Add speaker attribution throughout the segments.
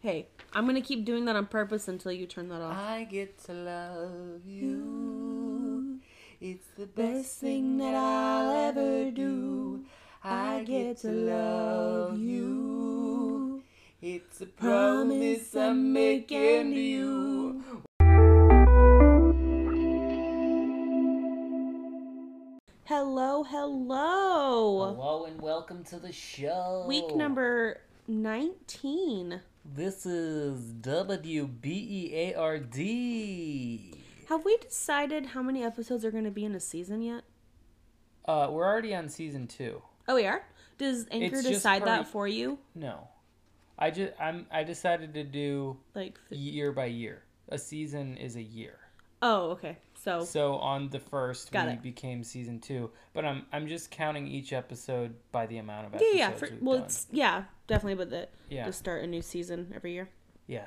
Speaker 1: Hey, I'm gonna keep doing that on purpose until you turn that off.
Speaker 2: I get to love you. It's the best thing that I'll ever do. I get to love you. It's a promise I'm making to you.
Speaker 1: Hello, hello.
Speaker 2: Hello and welcome to the show.
Speaker 1: Week number 19.
Speaker 2: This is E WBEARD.
Speaker 1: Have we decided how many episodes are gonna be in a season yet?
Speaker 2: Uh, we're already on season two.
Speaker 1: Oh, we are. Does Anchor
Speaker 2: It's just
Speaker 1: decide that
Speaker 2: pretty-
Speaker 1: for you?
Speaker 2: No, I just I'm I decided to do
Speaker 1: Like, th-
Speaker 2: year by year. A season is a year.
Speaker 1: oh, okay. So,
Speaker 2: So on the first,
Speaker 1: Got
Speaker 2: we
Speaker 1: it.
Speaker 2: became season two. But I'm I'm just counting each episode by the amount
Speaker 1: yeah,
Speaker 2: of episodes
Speaker 1: yeah. For,
Speaker 2: we've
Speaker 1: well,
Speaker 2: done.
Speaker 1: it's yeah, definitely. But that
Speaker 2: yeah,
Speaker 1: just start a new season every year.
Speaker 2: yeah.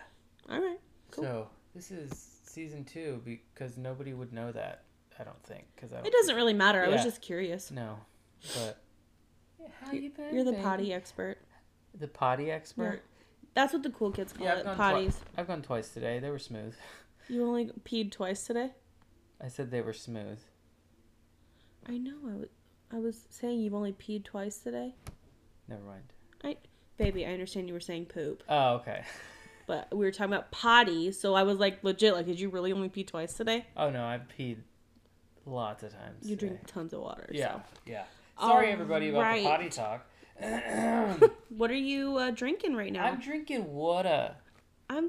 Speaker 1: All right. Cool.
Speaker 2: So this is season two because nobody would know that. I don't think because I. Don't
Speaker 1: It doesn't really matter. I was
Speaker 2: Yeah.
Speaker 1: just curious.
Speaker 2: No, but. How you been?
Speaker 1: You're the
Speaker 2: baby?
Speaker 1: potty expert.
Speaker 2: The potty expert.
Speaker 1: That's what the cool kids call
Speaker 2: Yeah, I've
Speaker 1: it.
Speaker 2: gone
Speaker 1: uh, Potties.
Speaker 2: twice. I've gone twice today. They were smooth.
Speaker 1: You only peed twice today.
Speaker 2: I said they were smooth.
Speaker 1: I know. I was, I was saying you've only peed twice today.
Speaker 2: Never mind.
Speaker 1: Baby, I understand you were saying poop,
Speaker 2: Oh, okay.
Speaker 1: but we were talking about potty, so I was like, legit, like, did you really only pee twice today?
Speaker 2: Oh no, I've peed lots of times.
Speaker 1: You
Speaker 2: today.
Speaker 1: drink tons of water.
Speaker 2: Yeah,
Speaker 1: So.
Speaker 2: yeah. Sorry,
Speaker 1: All
Speaker 2: everybody, about
Speaker 1: right.
Speaker 2: the potty talk.
Speaker 1: What are you uh, drinking right now?
Speaker 2: I'm
Speaker 1: I'm,
Speaker 2: drinking water.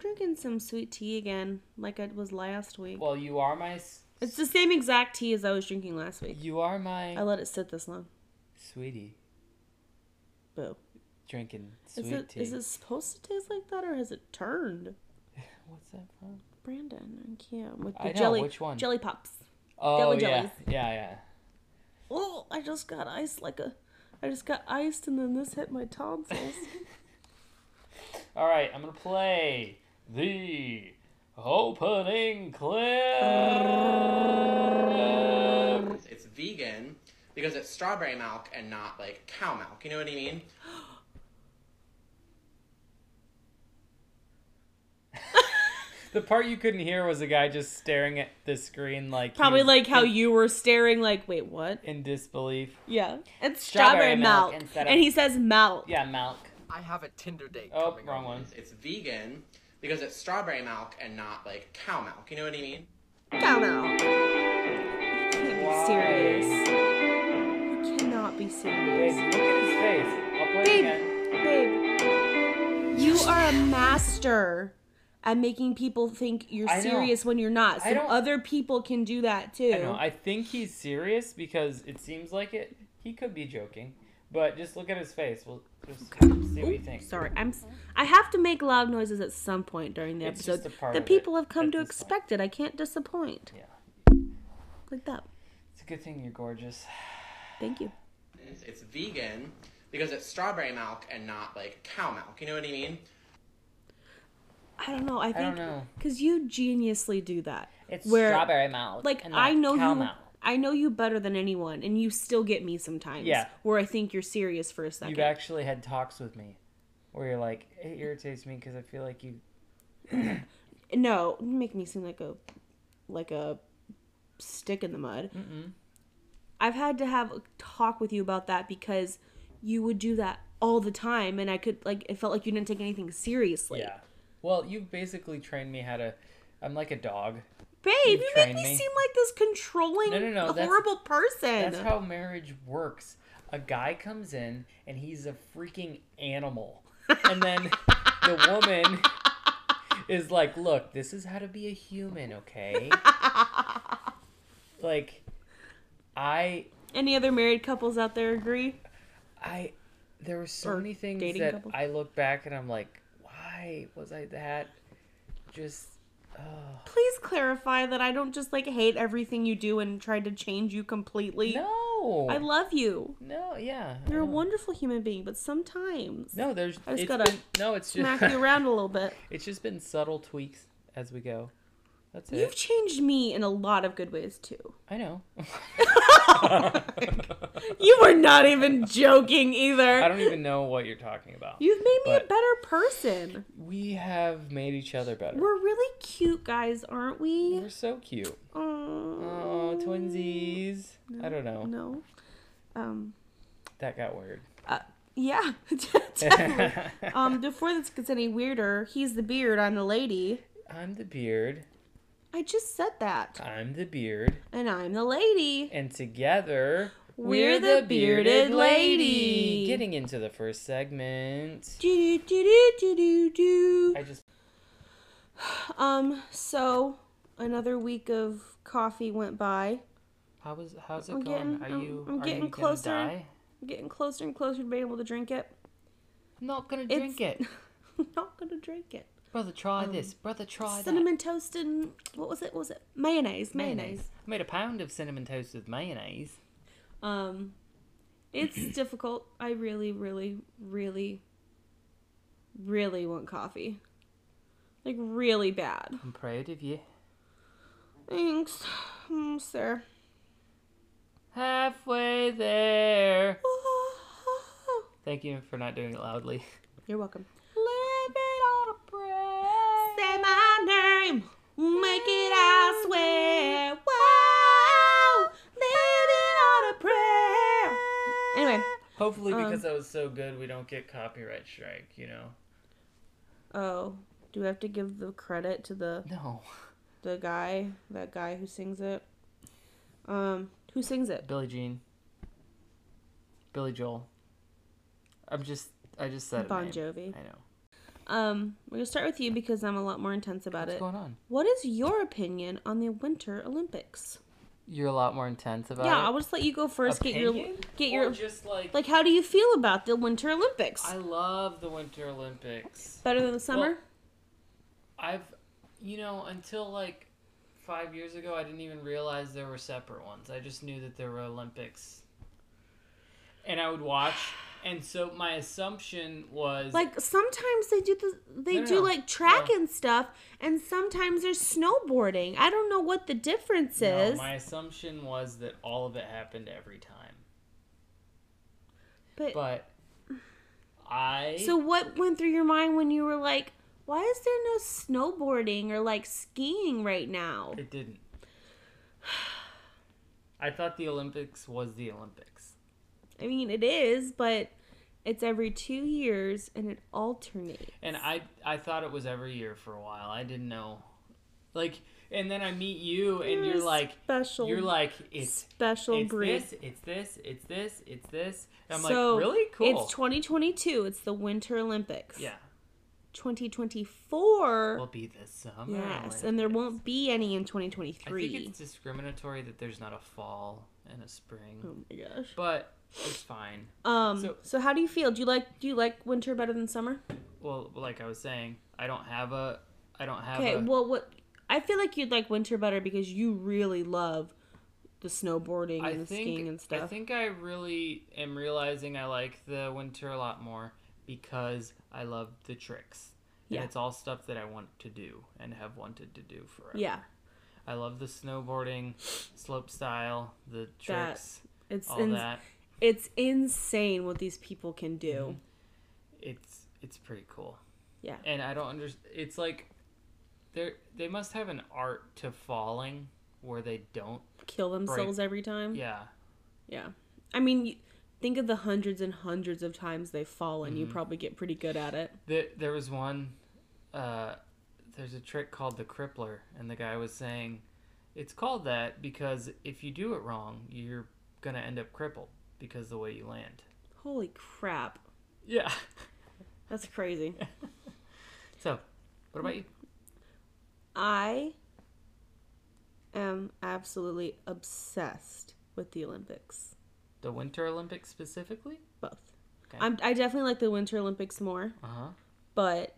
Speaker 1: drinking some sweet tea again, like it was last week.
Speaker 2: Well, you are my s-
Speaker 1: it's the same exact tea as I was drinking last week.
Speaker 2: you are
Speaker 1: I
Speaker 2: my
Speaker 1: let it sit this long.
Speaker 2: sweetie
Speaker 1: Boo.
Speaker 2: drinking sweet
Speaker 1: Is it,
Speaker 2: tea.
Speaker 1: is it supposed to taste like that or has it turned?
Speaker 2: What's that from?
Speaker 1: Brandon, I can't. With the
Speaker 2: I know,
Speaker 1: jelly,
Speaker 2: which one?
Speaker 1: Jelly pops.
Speaker 2: Oh
Speaker 1: were
Speaker 2: yeah,
Speaker 1: jellies.
Speaker 2: yeah, yeah.
Speaker 1: Oh, I just got iced like a. I just got iced and then this hit my tonsils.
Speaker 2: All right, I'm gonna play the opening clip.
Speaker 3: It's vegan because it's strawberry milk and not like cow milk. You know what I mean?
Speaker 2: The part you couldn't hear was a guy just staring at the screen like he
Speaker 1: Probably
Speaker 2: was
Speaker 1: like how you were staring, like, wait, what?
Speaker 2: in disbelief.
Speaker 1: Yeah. It's strawberry,
Speaker 2: Strawberry milk
Speaker 1: milk.
Speaker 2: instead of-
Speaker 1: and he says milk.
Speaker 2: Yeah, milk.
Speaker 4: I have a Tinder date.
Speaker 2: Oh,
Speaker 4: coming
Speaker 2: wrong
Speaker 4: up.
Speaker 2: one.
Speaker 3: It's vegan because it's strawberry milk and not like cow milk. You know what I mean?
Speaker 1: No, no. You can't be serious.
Speaker 2: Why?
Speaker 1: You cannot be
Speaker 2: Babe,
Speaker 1: serious.
Speaker 2: look at his face. I'll play it
Speaker 1: Babe.
Speaker 2: again.
Speaker 1: Babe, you are a master at making people think you're
Speaker 2: I know.
Speaker 1: serious when you're not.
Speaker 2: I
Speaker 1: So
Speaker 2: don't-
Speaker 1: other people can do that too.
Speaker 2: I know. I think he's serious because it seems like it. He could be joking, but just look at his face. We'll just see what you think.
Speaker 1: Sorry, I'm. s- I have to make loud noises at some point during the
Speaker 2: It's
Speaker 1: episode.
Speaker 2: just a part
Speaker 1: the
Speaker 2: of it
Speaker 1: people have come
Speaker 2: at
Speaker 1: to
Speaker 2: this point.
Speaker 1: expect it. I can't disappoint.
Speaker 2: Yeah.
Speaker 1: Like that.
Speaker 2: It's a good thing you're gorgeous.
Speaker 1: Thank you.
Speaker 3: It's vegan because it's strawberry milk and not like cow milk. You know what I mean?
Speaker 1: I don't know. I think
Speaker 2: I don't know.
Speaker 1: because you geniusly do that.
Speaker 2: It's
Speaker 1: Where-
Speaker 2: strawberry milk.
Speaker 1: Like
Speaker 2: and
Speaker 1: I
Speaker 2: not
Speaker 1: know
Speaker 2: cow
Speaker 1: you.
Speaker 2: milk.
Speaker 1: I know you better than anyone, and you still get me sometimes.
Speaker 2: Yeah.
Speaker 1: Where I think you're serious for a 2nd
Speaker 2: You've actually had talks with me where you're like, it irritates me because I feel like you.
Speaker 1: no, you make me seem like a, like a, stick in the mud.
Speaker 2: Mm-mm.
Speaker 1: I've had to have a talk with you about that because you would do that all the time, and I could like it felt like you didn't take anything seriously.
Speaker 2: Yeah. Well, you've basically trained me how to. I'm like a dog.
Speaker 1: Babe,
Speaker 2: You
Speaker 1: you, make
Speaker 2: trained
Speaker 1: me,
Speaker 2: me.
Speaker 1: seem like this controlling,
Speaker 2: No, no, no, that's-
Speaker 1: horrible person.
Speaker 2: That's how marriage works. A guy comes in and he's a freaking animal. And then the woman is like, "Look, this is how to be a human, okay?" like I
Speaker 1: Any other married couples out there agree?
Speaker 2: I there were so
Speaker 1: Or
Speaker 2: many things
Speaker 1: dating
Speaker 2: that
Speaker 1: couple.
Speaker 2: I look back and I'm like, "Why was I that?" Just oh.
Speaker 1: Please clarify that I don't just like hate everything you do and try to change you completely.
Speaker 2: No.
Speaker 1: I love you.
Speaker 2: No, yeah. I
Speaker 1: You're a
Speaker 2: know.
Speaker 1: wonderful human being, but sometimes
Speaker 2: No, there's
Speaker 1: I just
Speaker 2: it's
Speaker 1: gotta
Speaker 2: been- No, it's
Speaker 1: smack
Speaker 2: just
Speaker 1: you around a little bit.
Speaker 2: It's just been subtle tweaks as we go. That's
Speaker 1: You've
Speaker 2: it.
Speaker 1: changed me in a lot of good ways too.
Speaker 2: I know.
Speaker 1: You were not even joking either.
Speaker 2: I don't even know what you're talking about.
Speaker 1: You've made me a
Speaker 2: But-
Speaker 1: better person.
Speaker 2: We have made each other better.
Speaker 1: We're really cute guys, aren't we?
Speaker 2: We're so cute.
Speaker 1: Oh,
Speaker 2: Oh, twinsies. I don't know.
Speaker 1: No. Um.
Speaker 2: That got weird.
Speaker 1: Yeah. definitely. um. Before this gets any weirder, he's the beard. I'm the lady.
Speaker 2: I'm the beard.
Speaker 1: I just said that,
Speaker 2: I'm the beard.
Speaker 1: and I'm the lady.
Speaker 2: And together,
Speaker 1: We're the Bearded Lady.
Speaker 2: Getting into the first segment.
Speaker 1: Do do do do do do.
Speaker 2: I just.
Speaker 1: Um. So another week of coffee went by.
Speaker 2: How was, how's it
Speaker 1: I'm
Speaker 2: going?
Speaker 1: getting-
Speaker 2: are
Speaker 1: I'm-
Speaker 2: you.
Speaker 1: I'm
Speaker 2: are
Speaker 1: getting
Speaker 2: you gonna
Speaker 1: closer.
Speaker 2: die?
Speaker 1: Getting closer and closer to being able to drink it.
Speaker 2: I'm not gonna
Speaker 1: It's-
Speaker 2: drink it.
Speaker 1: I'm not gonna drink it.
Speaker 2: Brother, try this. Brother,
Speaker 1: Oh,
Speaker 2: try that.
Speaker 1: Cinnamon toast and what was it? What was it mayonnaise? Mayonnaise.
Speaker 2: I made a pound of cinnamon toast with mayonnaise.
Speaker 1: Um, it's difficult. I really, really, really, really want coffee. Like really bad.
Speaker 2: I'm proud of you.
Speaker 1: Thanks, mm, sir.
Speaker 2: Halfway there. Thank you for not doing it loudly.
Speaker 1: You're welcome.
Speaker 2: Living on a prayer.
Speaker 1: Say my name. Make it, I swear. Wow. Living on a prayer. Anyway,
Speaker 2: Hopefully,
Speaker 1: Um,
Speaker 2: because that was so good, we don't get copyright strike. You know.
Speaker 1: oh, do we have to give the credit to the
Speaker 2: No.
Speaker 1: the guy, that guy who sings it. Um, who sings it?
Speaker 2: Billie Jean. Billy Joel. I'm just. I just said. a
Speaker 1: Bon
Speaker 2: name.
Speaker 1: Jovi.
Speaker 2: I know.
Speaker 1: Um, we're gonna start with you because I'm a lot more intense about
Speaker 2: What's
Speaker 1: it.
Speaker 2: going on?
Speaker 1: What is your opinion on the Winter Olympics?
Speaker 2: You're a lot more intense about
Speaker 1: yeah,
Speaker 2: it.
Speaker 1: I'll just let you go first. Get your
Speaker 2: Opinion?
Speaker 1: get
Speaker 2: Or
Speaker 1: your
Speaker 2: just like,
Speaker 1: like. How do you feel about the Winter Olympics?
Speaker 2: I love the Winter Olympics.
Speaker 1: Better than the summer?
Speaker 2: I've, you know, until like five years ago, I didn't even realize there were separate ones. I just knew that there were Olympics, and I would watch. And so my assumption was
Speaker 1: like sometimes they do the they
Speaker 2: No, no,
Speaker 1: do
Speaker 2: no.
Speaker 1: like track
Speaker 2: No.
Speaker 1: and stuff, and sometimes there's snowboarding. I don't know what the difference
Speaker 2: No,
Speaker 1: is,
Speaker 2: my assumption was that all of it happened every time.
Speaker 1: but
Speaker 2: But I
Speaker 1: So what went through your mind when you were like, why is there no snowboarding or like skiing right now?
Speaker 2: it didn't. I thought the Olympics was the Olympics.
Speaker 1: I mean, it is, but it's every 2 years and it alternates.
Speaker 2: And I I thought it was every year for a while. I didn't know. Like and then I meet you and
Speaker 1: You're
Speaker 2: you're
Speaker 1: a
Speaker 2: like
Speaker 1: special-
Speaker 2: you're like it's
Speaker 1: Special
Speaker 2: it's
Speaker 1: breed.
Speaker 2: this, it's this, it's this, it's this. And I'm
Speaker 1: So,
Speaker 2: like, really cool.
Speaker 1: It's 2022. It's the Winter Olympics.
Speaker 2: yeah.
Speaker 1: 2024.
Speaker 2: We'll be this summer.
Speaker 1: yes, and there won't be any in 2023.
Speaker 2: Oh, I think it's discriminatory that there's not a fall and a spring.
Speaker 1: oh my gosh.
Speaker 2: But it's fine.
Speaker 1: Um so,
Speaker 2: So-
Speaker 1: how do you feel? Do you like do you like winter better than summer?
Speaker 2: Well, like I was saying, I don't have a I don't have
Speaker 1: Okay,
Speaker 2: a
Speaker 1: well, what I feel like you'd like winter better because you really love the snowboarding
Speaker 2: I
Speaker 1: and the
Speaker 2: think
Speaker 1: skiing and stuff.
Speaker 2: I think I really am realizing I like the winter a lot more because I love the tricks.
Speaker 1: Yeah.
Speaker 2: And it's all stuff that I want to do and have wanted to do forever.
Speaker 1: yeah,
Speaker 2: I love the snowboarding, slope style, the tricks,
Speaker 1: it's
Speaker 2: all
Speaker 1: ins-
Speaker 2: that.
Speaker 1: it's insane what these people can do.
Speaker 2: Mm-hmm. It's it's pretty cool.
Speaker 1: Yeah.
Speaker 2: And I don't understand. It's like they they must have an art to falling where they don't.
Speaker 1: Kill themselves every time.
Speaker 2: Yeah.
Speaker 1: Yeah. I mean, you, think of the hundreds and hundreds of times they fall, and
Speaker 2: Mm-hmm.
Speaker 1: you probably get pretty good at it.
Speaker 2: There, there was one. Uh, there's a trick called the crippler, and the guy was saying, it's called that because if you do it wrong, you're gonna end up crippled because of the way you land.
Speaker 1: Holy crap,
Speaker 2: Yeah.
Speaker 1: that's crazy.
Speaker 2: So, what about you?
Speaker 1: I am absolutely obsessed with the Olympics.
Speaker 2: The Winter Olympics specifically?
Speaker 1: Both.
Speaker 2: Okay.
Speaker 1: I'm, I definitely like the Winter Olympics more.
Speaker 2: Uh huh.
Speaker 1: but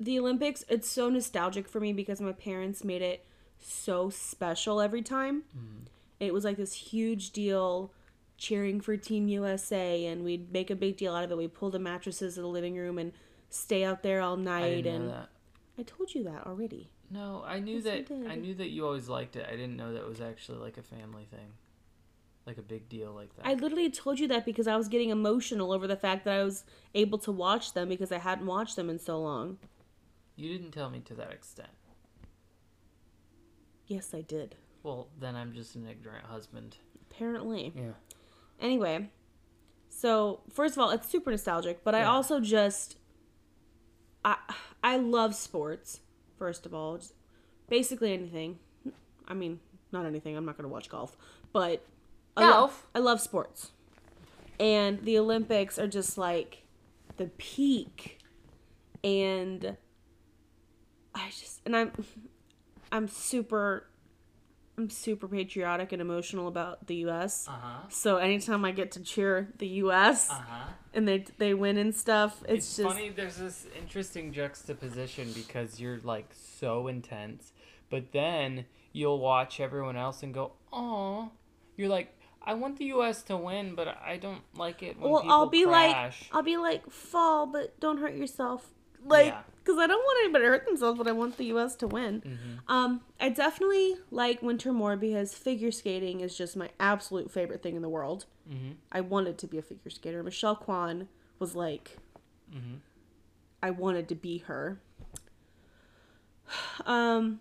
Speaker 1: the Olympics, it's so nostalgic for me because my parents made it so special every time.
Speaker 2: Mm-hmm.
Speaker 1: It was like this huge deal cheering for Team USA, and we'd make a big deal out of it. We pull the mattresses in the living room and stay out there all
Speaker 2: I
Speaker 1: night.
Speaker 2: didn't know
Speaker 1: and
Speaker 2: that.
Speaker 1: I told you that already.
Speaker 4: No, I knew
Speaker 1: It's
Speaker 4: that
Speaker 1: something I
Speaker 4: I
Speaker 1: do.
Speaker 4: knew that you always liked it. I didn't know that was actually like a family thing. Like a big deal like that.
Speaker 1: I literally told you that because I was getting emotional over the fact that I was able to watch them because I hadn't watched them in so long.
Speaker 4: You didn't tell me to that extent.
Speaker 1: Yes, I did.
Speaker 4: Well, then I'm just an ignorant husband.
Speaker 1: Apparently.
Speaker 4: Yeah.
Speaker 1: Anyway, so first of all, it's super nostalgic, but I
Speaker 4: Yeah.
Speaker 1: also just I I love sports. First of all, just basically anything. I mean, not anything. I'm not gonna watch golf, but I, lo-
Speaker 4: Golf?
Speaker 1: I love sports, and the Olympics are just like the peak, and I just and I'm I'm super I'm super patriotic and emotional about the U.S.
Speaker 4: Uh huh.
Speaker 1: So anytime I get to cheer the U.S.
Speaker 4: Uh huh.
Speaker 1: and they they win and stuff, it's,
Speaker 4: It's,
Speaker 1: just
Speaker 4: funny. There's this interesting juxtaposition because you're like so intense, but then you'll watch everyone else and go, "Oh, you're like." I want the U.S. to win, but I don't like it when
Speaker 1: well.
Speaker 4: people
Speaker 1: I'll be
Speaker 4: crash.
Speaker 1: like, uh, I'll be like, fall, but don't hurt yourself, like,
Speaker 4: Yeah.
Speaker 1: because I don't want anybody to hurt themselves, but I want the U.S. to win.
Speaker 4: Mm-hmm.
Speaker 1: Um, I definitely like winter more because figure skating is just my absolute favorite thing in the world.
Speaker 4: Mhm.
Speaker 1: I wanted to be a figure skater. Michelle Kwan was like,
Speaker 4: Mhm.
Speaker 1: I wanted to be her. Um,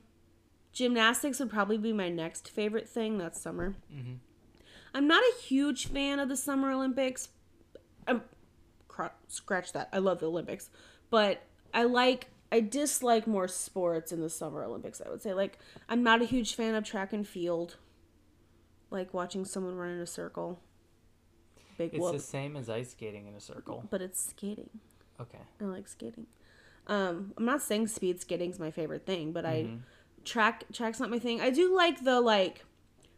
Speaker 1: gymnastics would probably be my next favorite thing. That's summer.
Speaker 4: Mhm.
Speaker 1: I'm not a huge fan of the Summer Olympics. i cr- scratch that. I love the Olympics, but I like I dislike more sports in the Summer Olympics. I would say like I'm not a huge fan of track and field, like watching someone run in a circle. Big
Speaker 4: It's
Speaker 1: whoop,
Speaker 4: the same as ice skating in a circle.
Speaker 1: but it's skating.
Speaker 4: Okay.
Speaker 1: I like skating. Um, I'm not saying speed skating's my favorite thing, but I track track's not my thing. I do like the like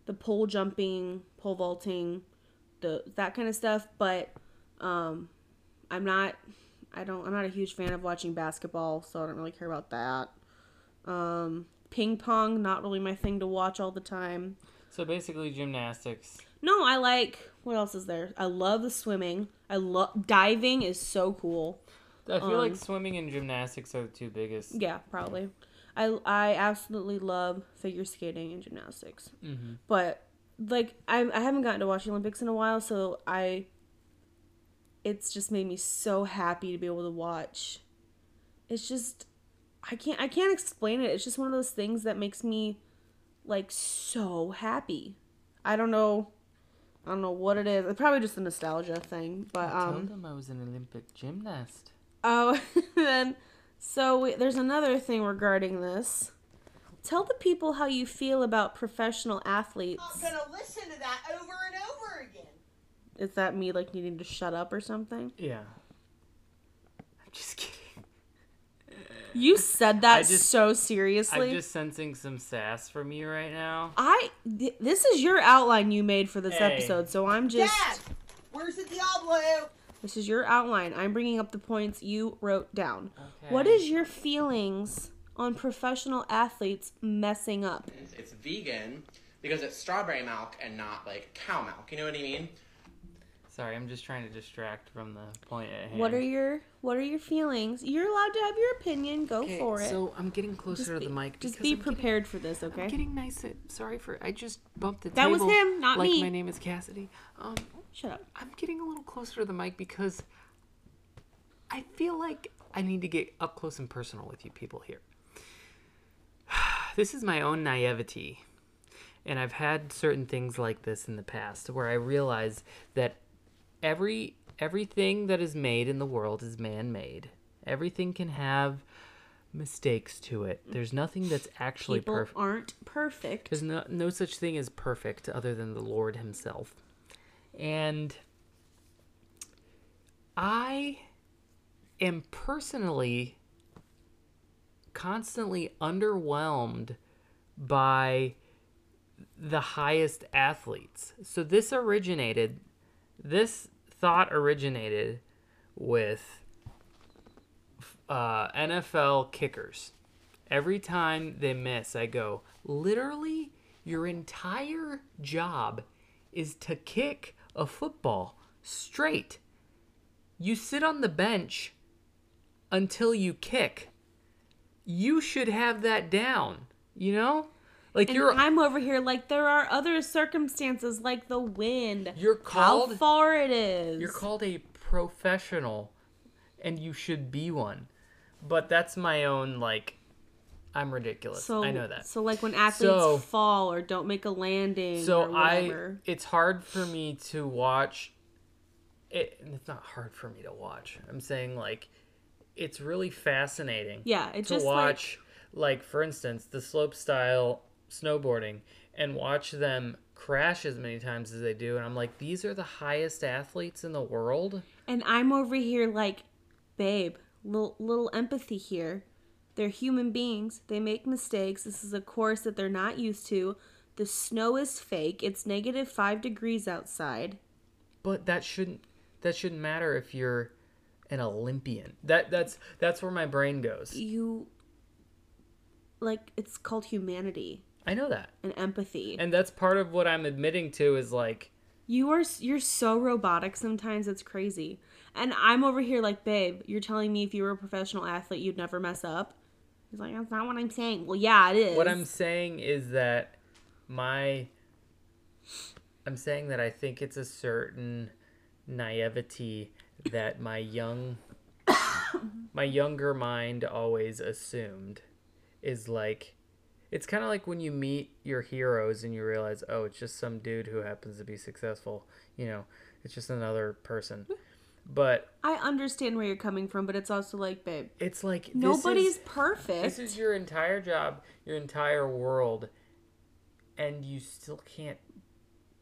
Speaker 1: the pole jumping, pole vaulting, the that kind of stuff, but um I'm not I don't I'm not a huge fan of watching basketball, so I don't really care about that. Um ping pong not really my thing to watch all the time.
Speaker 4: So basically, gymnastics.
Speaker 1: No, I like what else is there? I love the swimming. I love diving is so cool.
Speaker 4: I feel
Speaker 1: Um,
Speaker 4: like swimming and gymnastics are the two biggest.
Speaker 1: Yeah, probably. I I absolutely love figure skating and gymnastics,
Speaker 4: Mm-hmm.
Speaker 1: but like I I haven't gotten to watch the Olympics in a while, so I. It's just made me so happy to be able to watch. It's just, I can't I can't explain it. It's just one of those things that makes me, like, so happy. I don't know, I don't know what it is. It's probably just a nostalgia thing, but
Speaker 4: I
Speaker 1: um.
Speaker 4: told them I was an Olympic gymnast.
Speaker 1: Oh, then so we, there's another thing regarding this. Tell the people how you feel about professional
Speaker 5: not
Speaker 1: athletes.
Speaker 5: going to listen to that over and over again.
Speaker 1: Is that me like needing to shut up or something?
Speaker 4: Yeah. I'm just kidding.
Speaker 1: You said that
Speaker 4: I just-
Speaker 1: so seriously.
Speaker 4: I'm just sensing some sass from you right now.
Speaker 1: I th- this is your outline you made for this
Speaker 4: Hey.
Speaker 1: episode, so I'm just
Speaker 5: Dad, where's the Diablo?
Speaker 1: this is your outline. I'm bringing up the points you wrote down.
Speaker 4: Okay.
Speaker 1: What is your feelings on professional athletes messing up?
Speaker 6: It's vegan because it's strawberry milk and not like cow milk. You know what I mean?
Speaker 4: Sorry, I'm just trying to distract from the point at hand.
Speaker 1: What are your what are your feelings? You're allowed to have your opinion. Go for it.
Speaker 2: So I'm getting closer
Speaker 1: Just
Speaker 2: to
Speaker 1: be-
Speaker 2: the mic.
Speaker 1: Just
Speaker 2: because
Speaker 1: be
Speaker 2: I'm getting-
Speaker 1: prepared for this, okay?
Speaker 2: I'm getting nice. At, sorry for I just bumped the
Speaker 1: That was
Speaker 2: table
Speaker 1: him, not
Speaker 2: like
Speaker 1: me.
Speaker 2: my name is Cassidy. Um,
Speaker 1: Shut up.
Speaker 2: I'm getting a little closer to the mic because I feel like I need to get up close and personal with you people here. This is my own naivety. And I've had certain things like this in the past where I realize that every everything that is made in the world is man-made. Everything can have mistakes to it. There's nothing that's actually
Speaker 1: People
Speaker 2: perfect.
Speaker 1: aren't perfect.
Speaker 2: There's no, no such thing as perfect other than the Lord Himself. And I am personally constantly underwhelmed by the highest athletes. So this originated, this thought originated with uh, NFL kickers. Every time they miss, I go, literally, your entire job is to kick a football straight. You sit on the bench until you kick. you should have that down. You know, like you're
Speaker 1: and I'm over here like there are other circumstances like the wind,
Speaker 2: you're
Speaker 1: how
Speaker 2: called
Speaker 1: far it is.
Speaker 2: You're called a professional, and you should be one. But that's my own like, I'm ridiculous.
Speaker 1: so
Speaker 2: I know that.
Speaker 1: So like when athletes
Speaker 2: So-
Speaker 1: fall or don't make a landing or
Speaker 2: so I,
Speaker 1: whatever.
Speaker 2: it's hard for me to watch. It, and it's not hard for me to watch. I'm saying like, it's really fascinating.
Speaker 1: yeah, it's
Speaker 2: to
Speaker 1: just
Speaker 2: watch like, for instance the slope style snowboarding and watch them crash as many times as they do and i'm like these are the highest athletes in the world
Speaker 1: like and I'm over here like, babe, little little empathy here. They're human beings. They make mistakes. This is a course that they're not used to. The snow is fake. It's negative 5 degrees outside.
Speaker 2: but that shouldn't that shouldn't matter if you're an olympian that that's that's where my brain
Speaker 1: E
Speaker 2: goes
Speaker 1: You like it's called humanity
Speaker 2: i know that
Speaker 1: and empathy.
Speaker 2: and that's part of what i'm admitting to is like
Speaker 1: You are s- you're so robotic sometimes it's crazy. And I'm over here like, babe, you're telling me if you were a professional athlete you'd never mess up. He's like, that's not what I'm saying. Well, yeah, it is.
Speaker 2: what i'm saying is that my i'm saying that i think it's a certain naivety that my young my younger mind always assumed is like it's kind of like when you meet your heroes and you realize oh it's just some dude who happens to be successful you know it's just another person but
Speaker 1: I understand where you're coming from, but it's also like, babe,
Speaker 2: it's like this is-
Speaker 1: nobody's perfect.
Speaker 2: this is your entire job, your entire world, and you still can't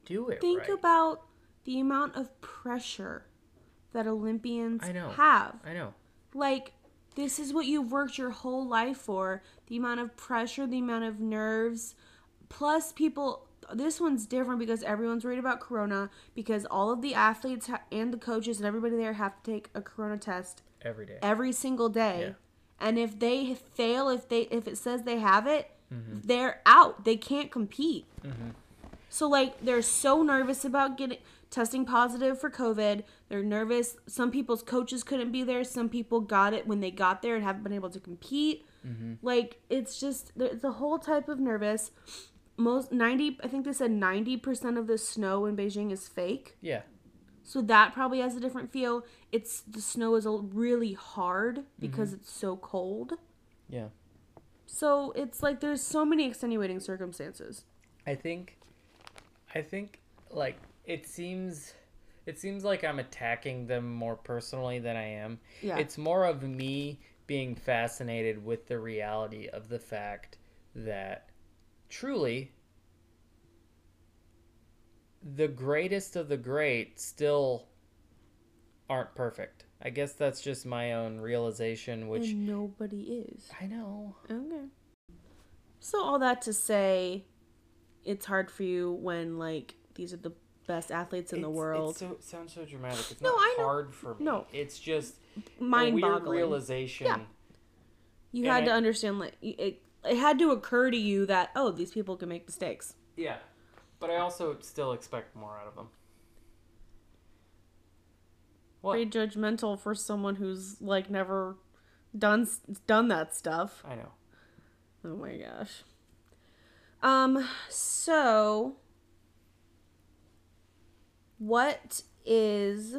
Speaker 2: do it
Speaker 1: Think
Speaker 2: right.
Speaker 1: about the amount of pressure that Olympians
Speaker 2: I know.
Speaker 1: have.
Speaker 2: I know.
Speaker 1: like this is what you've worked your whole life for the amount of pressure the amount of nerves plus people this one's different because everyone's worried about corona because all of the athletes ha- and the coaches and everybody there have to take a corona test
Speaker 2: Every day.
Speaker 1: every single day and if they fail if they if it says they have it they're out they can't compete so like they're so nervous about getting testing positive for covid they're nervous some people's coaches couldn't be there some people got it when they got there and haven't been able to compete like it's just there- it's a whole type of nervous most 90 i think they said 90% of the snow in beijing is fake
Speaker 2: Yeah.
Speaker 1: so that probably has a different feel. It's the snow is a really hard because
Speaker 4: Mm-hmm.
Speaker 1: it's so cold.
Speaker 2: Yeah.
Speaker 1: So it's like there's so many extenuating circumstances.
Speaker 2: I think I think like it seems it seems like I'm attacking them more personally than I am.
Speaker 1: Yeah.
Speaker 2: It's more of me being fascinated with the reality of the fact that truly the greatest of the great still aren't perfect. I guess that's just my own realization which
Speaker 1: and nobody is.
Speaker 2: I know.
Speaker 1: Okay. So all that to say, it's hard for you when like these are the best athletes in the world.
Speaker 4: It so, sounds so dramatic. It's
Speaker 1: No,
Speaker 4: not
Speaker 1: I know-
Speaker 4: hard for me.
Speaker 1: no.
Speaker 4: It's just a
Speaker 1: Mind
Speaker 4: weird
Speaker 1: boggling.
Speaker 4: realization.
Speaker 1: Yeah. you
Speaker 4: and
Speaker 1: had to
Speaker 4: I-
Speaker 1: understand like y- it. It had to occur to you that oh these people can make mistakes.
Speaker 4: Yeah. But I also still expect more out of them. What?
Speaker 1: Prejudgmental for someone who's like never done s- done that stuff.
Speaker 4: I know.
Speaker 1: Oh my gosh. Um, so what is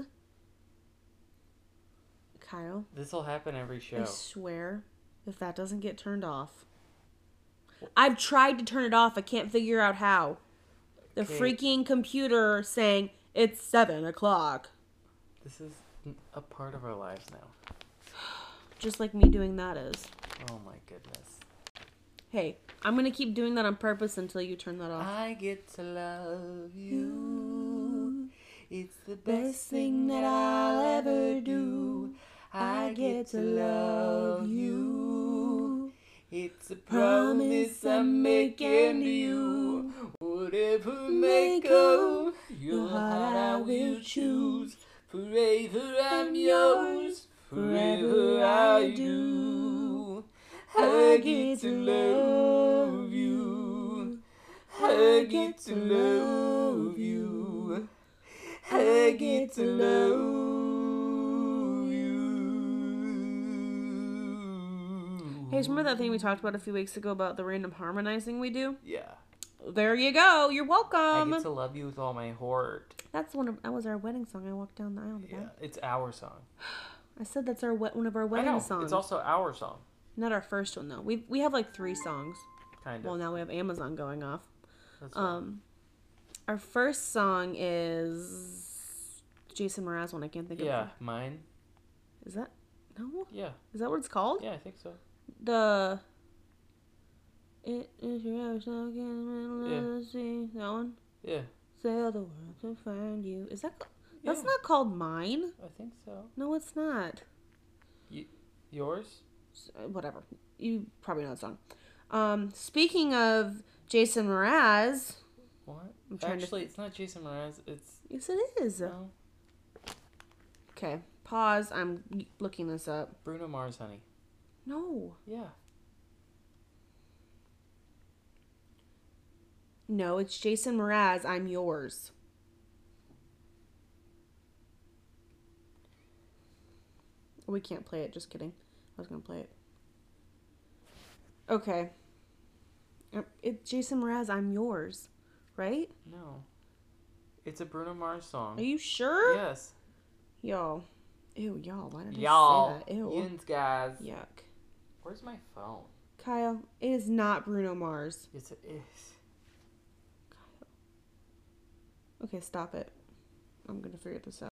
Speaker 1: Kyle?
Speaker 4: This will happen every
Speaker 1: I
Speaker 4: show.
Speaker 1: swear if that doesn't get turned off. I've tried to turn it off. I can't figure out how. The
Speaker 4: Okay.
Speaker 1: freaking computer saying it's seven o'clock.
Speaker 4: This is n- a part of our lives now.
Speaker 1: Just like me doing that is.
Speaker 4: Oh my goodness.
Speaker 1: Hey, I'm gonna keep doing that on purpose until you turn that off.
Speaker 7: I get to love you. It's Mm. the best thing that I'll ever do. I get to love you. It's a promise I'm making to you.
Speaker 4: Whatever
Speaker 7: may go,
Speaker 4: your
Speaker 7: heart I will choose.
Speaker 4: Forever
Speaker 7: I'm yours, forever I do. I get to love you. I get to love you. I get to love you.
Speaker 1: Hey, remember that thing we talked about a few weeks ago about the random harmonizing we do?
Speaker 2: Yeah.
Speaker 1: There you go. You're
Speaker 2: I
Speaker 1: welcome.
Speaker 2: get to love you with all my heart.
Speaker 1: That's one of that was our wedding song. I walked down the aisle. to
Speaker 2: Yeah,
Speaker 1: that.
Speaker 2: it's our song.
Speaker 1: I said that's our wet one of our
Speaker 2: I
Speaker 1: wedding
Speaker 2: know.
Speaker 1: songs.
Speaker 2: It's also our song,
Speaker 1: Not our first one though. We we have like three songs.
Speaker 2: kind of.
Speaker 1: Well, now we have Amazon going off.
Speaker 2: That's fine.
Speaker 1: Um, our first song is Jason Mraz one. I can't think
Speaker 2: yeah,
Speaker 1: of.
Speaker 2: mine.
Speaker 1: Is that no?
Speaker 2: Yeah,
Speaker 1: Is that what it's called?
Speaker 2: yeah, I think so.
Speaker 1: The. It is your house, I can't remember
Speaker 2: Yeah.
Speaker 1: the sea. That one.
Speaker 2: Yeah,
Speaker 1: Sail the world to find you. Is that? That's
Speaker 2: Yeah.
Speaker 1: not called mine.
Speaker 2: I think so.
Speaker 1: No, it's not.
Speaker 2: Yours?
Speaker 1: S- Whatever. You probably know that song. Um, speaking of Jason Mraz,
Speaker 2: What?
Speaker 1: I'm trying to-
Speaker 2: Actually, it's not Jason Mraz. It's
Speaker 1: yes, it is.
Speaker 2: no,
Speaker 1: Okay, pause. I'm looking this up.
Speaker 2: Bruno Mars, honey.
Speaker 1: No,
Speaker 2: Yeah.
Speaker 1: no, it's Jason Mraz. I'm yours. We can't play it. Just kidding. I was gonna play it. Okay. Uh, It Jason Mraz. I'm yours, right?
Speaker 2: No. It's a Bruno Mars song.
Speaker 1: Are you sure?
Speaker 2: Yes.
Speaker 1: Y'all. Ew, y'all. Why did I
Speaker 2: Y'all.
Speaker 1: say that? Ew.
Speaker 2: Yins, guys.
Speaker 1: Yuck.
Speaker 2: Where's my phone?
Speaker 1: Kyle, it is not Bruno Mars.
Speaker 2: Yes, it is.
Speaker 1: Okay, stop it. I'm gonna figure this out.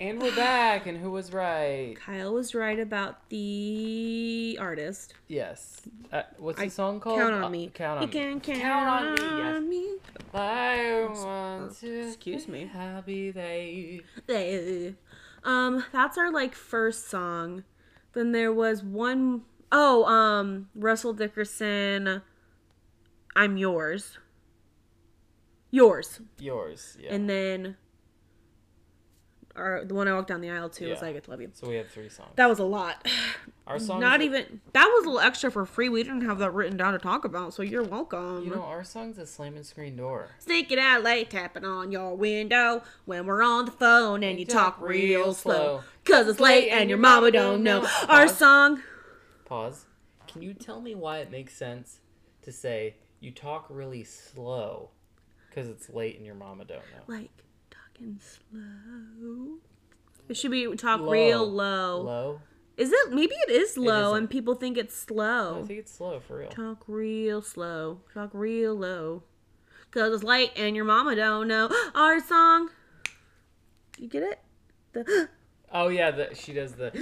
Speaker 2: And we're back, and who was right?
Speaker 1: Kyle was right about the artist.
Speaker 2: Yes. Uh, what's the
Speaker 1: I-
Speaker 2: song called?
Speaker 1: count on
Speaker 2: Uh,
Speaker 1: me.
Speaker 2: Count on
Speaker 1: You
Speaker 2: me.
Speaker 1: can count,
Speaker 2: Count on me,
Speaker 1: on,
Speaker 2: yes.
Speaker 1: me.
Speaker 2: I want to.
Speaker 1: excuse me.
Speaker 2: Happy day.
Speaker 1: They- Um, that's our like first song. Then there was one oh, um, Russell Dickerson. I'm yours. Yours.
Speaker 2: Yours. Yeah.
Speaker 1: And then our the one I walked down the aisle to was
Speaker 2: Yeah.
Speaker 1: I Get to Love You.
Speaker 2: so we have three songs.
Speaker 1: That was a lot.
Speaker 2: Our songs.
Speaker 1: Not
Speaker 2: are-
Speaker 1: even that was a little extra for free. We didn't have that written down to talk about, so you're welcome.
Speaker 2: You know, our song's a slamming screen door.
Speaker 1: Sneaking out late, tapping on your window when we're on the phone and you talk real slow. Cause it's late and your mama don't know. Our
Speaker 2: Pause.
Speaker 1: song.
Speaker 2: Pause. Can you tell me why it makes sense to say you talk really slow because it's late and your mama don't know?
Speaker 1: Like, talking slow. It should be talk
Speaker 2: Low.
Speaker 1: real low.
Speaker 2: Low?
Speaker 1: Is it? Maybe it is low
Speaker 2: isn't.
Speaker 1: and people think it's
Speaker 2: I
Speaker 1: slow.
Speaker 2: think it's slow for real.
Speaker 1: Talk real slow. Talk real low. Cause it's late and your mama don't know. Our song. You get it? The
Speaker 2: Oh yeah, the, she does the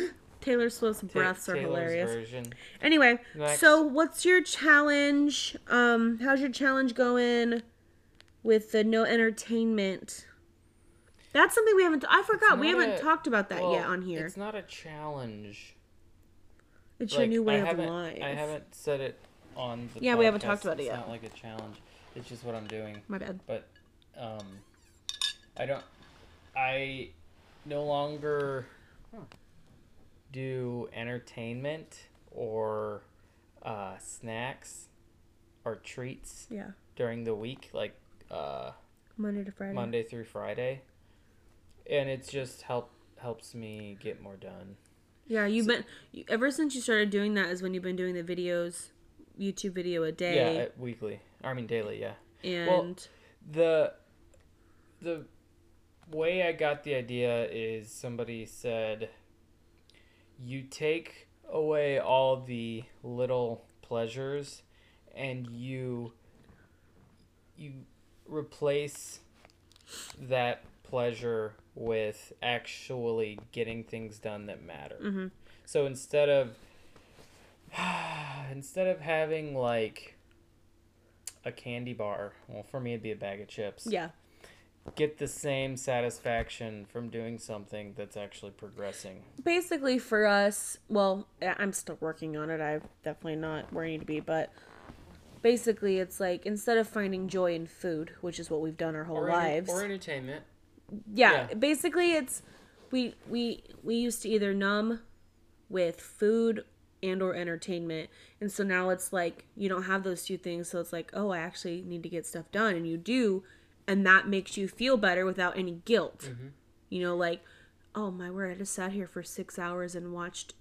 Speaker 1: Taylor Swift's breaths are
Speaker 2: Taylor's
Speaker 1: hilarious.
Speaker 2: version.
Speaker 1: Anyway,
Speaker 2: Next.
Speaker 1: so what's your challenge? Um, how's your challenge going with the no entertainment? That's something we haven't. I forgot we
Speaker 2: not
Speaker 1: haven't
Speaker 2: a-
Speaker 1: talked about that
Speaker 2: Well,
Speaker 1: yet on here. It's,
Speaker 2: It's not a challenge.
Speaker 1: your
Speaker 2: Like,
Speaker 1: new way
Speaker 2: I
Speaker 1: of
Speaker 2: haven't-
Speaker 1: life.
Speaker 2: I haven't said it on the
Speaker 1: Yeah, we haven't
Speaker 2: podcast.
Speaker 1: talked about it yet.
Speaker 2: It's not like a challenge. It's just what I'm doing.
Speaker 1: My bad.
Speaker 2: But um I don't I no longer do entertainment or uh snacks or treats
Speaker 1: Yeah,
Speaker 2: during the week like uh
Speaker 1: Monday to Friday.
Speaker 2: Monday through Friday. And it's just help helps me get more done.
Speaker 1: Yeah, you've been you, ever since you started doing that is when you've been doing the videos, YouTube video a
Speaker 2: Yeah,
Speaker 1: day,
Speaker 2: uh, weekly. I mean daily, yeah. well-
Speaker 1: and
Speaker 2: the the way I got the idea is somebody said you take away all the little pleasures and you you replace that pleasure with actually getting things done that matter.
Speaker 1: Mhm.
Speaker 2: So instead of instead of having like a candy bar, well for me it'd be a bag of chips
Speaker 1: yeah,
Speaker 2: get the same satisfaction from doing something that's actually progressing.
Speaker 1: basically for us well I- i'm still working on it i'm definitely not where i need to be but basically it's like instead of finding joy in food which is what we've done our whole lives
Speaker 2: or entertainment.
Speaker 1: yeah,
Speaker 2: yeah.
Speaker 1: basically it's we we we used to either numb with food and or entertainment and so now it's like you don't have those two things so it's like oh i actually need to get stuff done and you do and that makes you feel better without any
Speaker 2: Mm-hmm.
Speaker 1: guilt you know like oh my word i just sat here for six hours and watched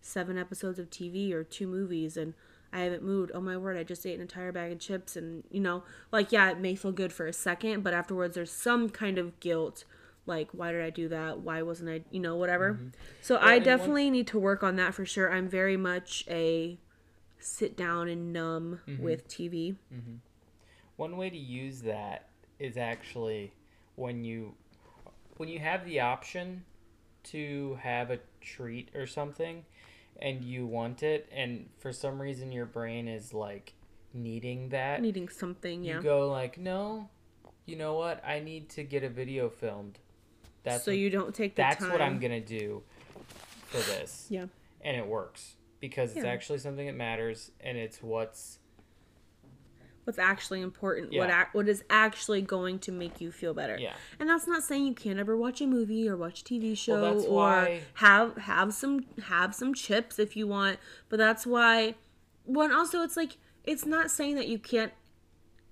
Speaker 1: seven episodes of TV or two movies and I haven't moved. Oh my word, I just ate an entire bag of chips and you know, like yeah, it may feel good for a second, but afterwards there's some kind of guilt like why did I do that? Why wasn't I, you know, whatever.
Speaker 2: Mm-hmm.
Speaker 1: So I
Speaker 4: and one-
Speaker 1: definitely need to work on that for sure. I'm very much a sit down and numb
Speaker 2: Mm-hmm.
Speaker 1: with TV.
Speaker 2: One way to use that is actually when you when you have the option to have a treat or something and you want it and for some reason your brain is like needing that
Speaker 1: Needing something, yeah.
Speaker 2: you go like no you know what i need to get a video filmed that's
Speaker 1: so
Speaker 2: what,
Speaker 1: you don't take the
Speaker 2: that's
Speaker 1: time.
Speaker 2: what i'm gonna do for this
Speaker 1: Yeah.
Speaker 2: and it works because it's
Speaker 1: Yeah.
Speaker 2: actually something that matters and it's what's
Speaker 1: What's actually important? What
Speaker 2: Yeah.
Speaker 1: ac what is actually going to make you feel better?
Speaker 2: yeah
Speaker 1: And that's not saying you can't ever watch a movie or watch a TV show
Speaker 2: that's
Speaker 1: or
Speaker 2: why-
Speaker 1: have have some have some chips if you want, but that's why one also it's like it's not saying that you can't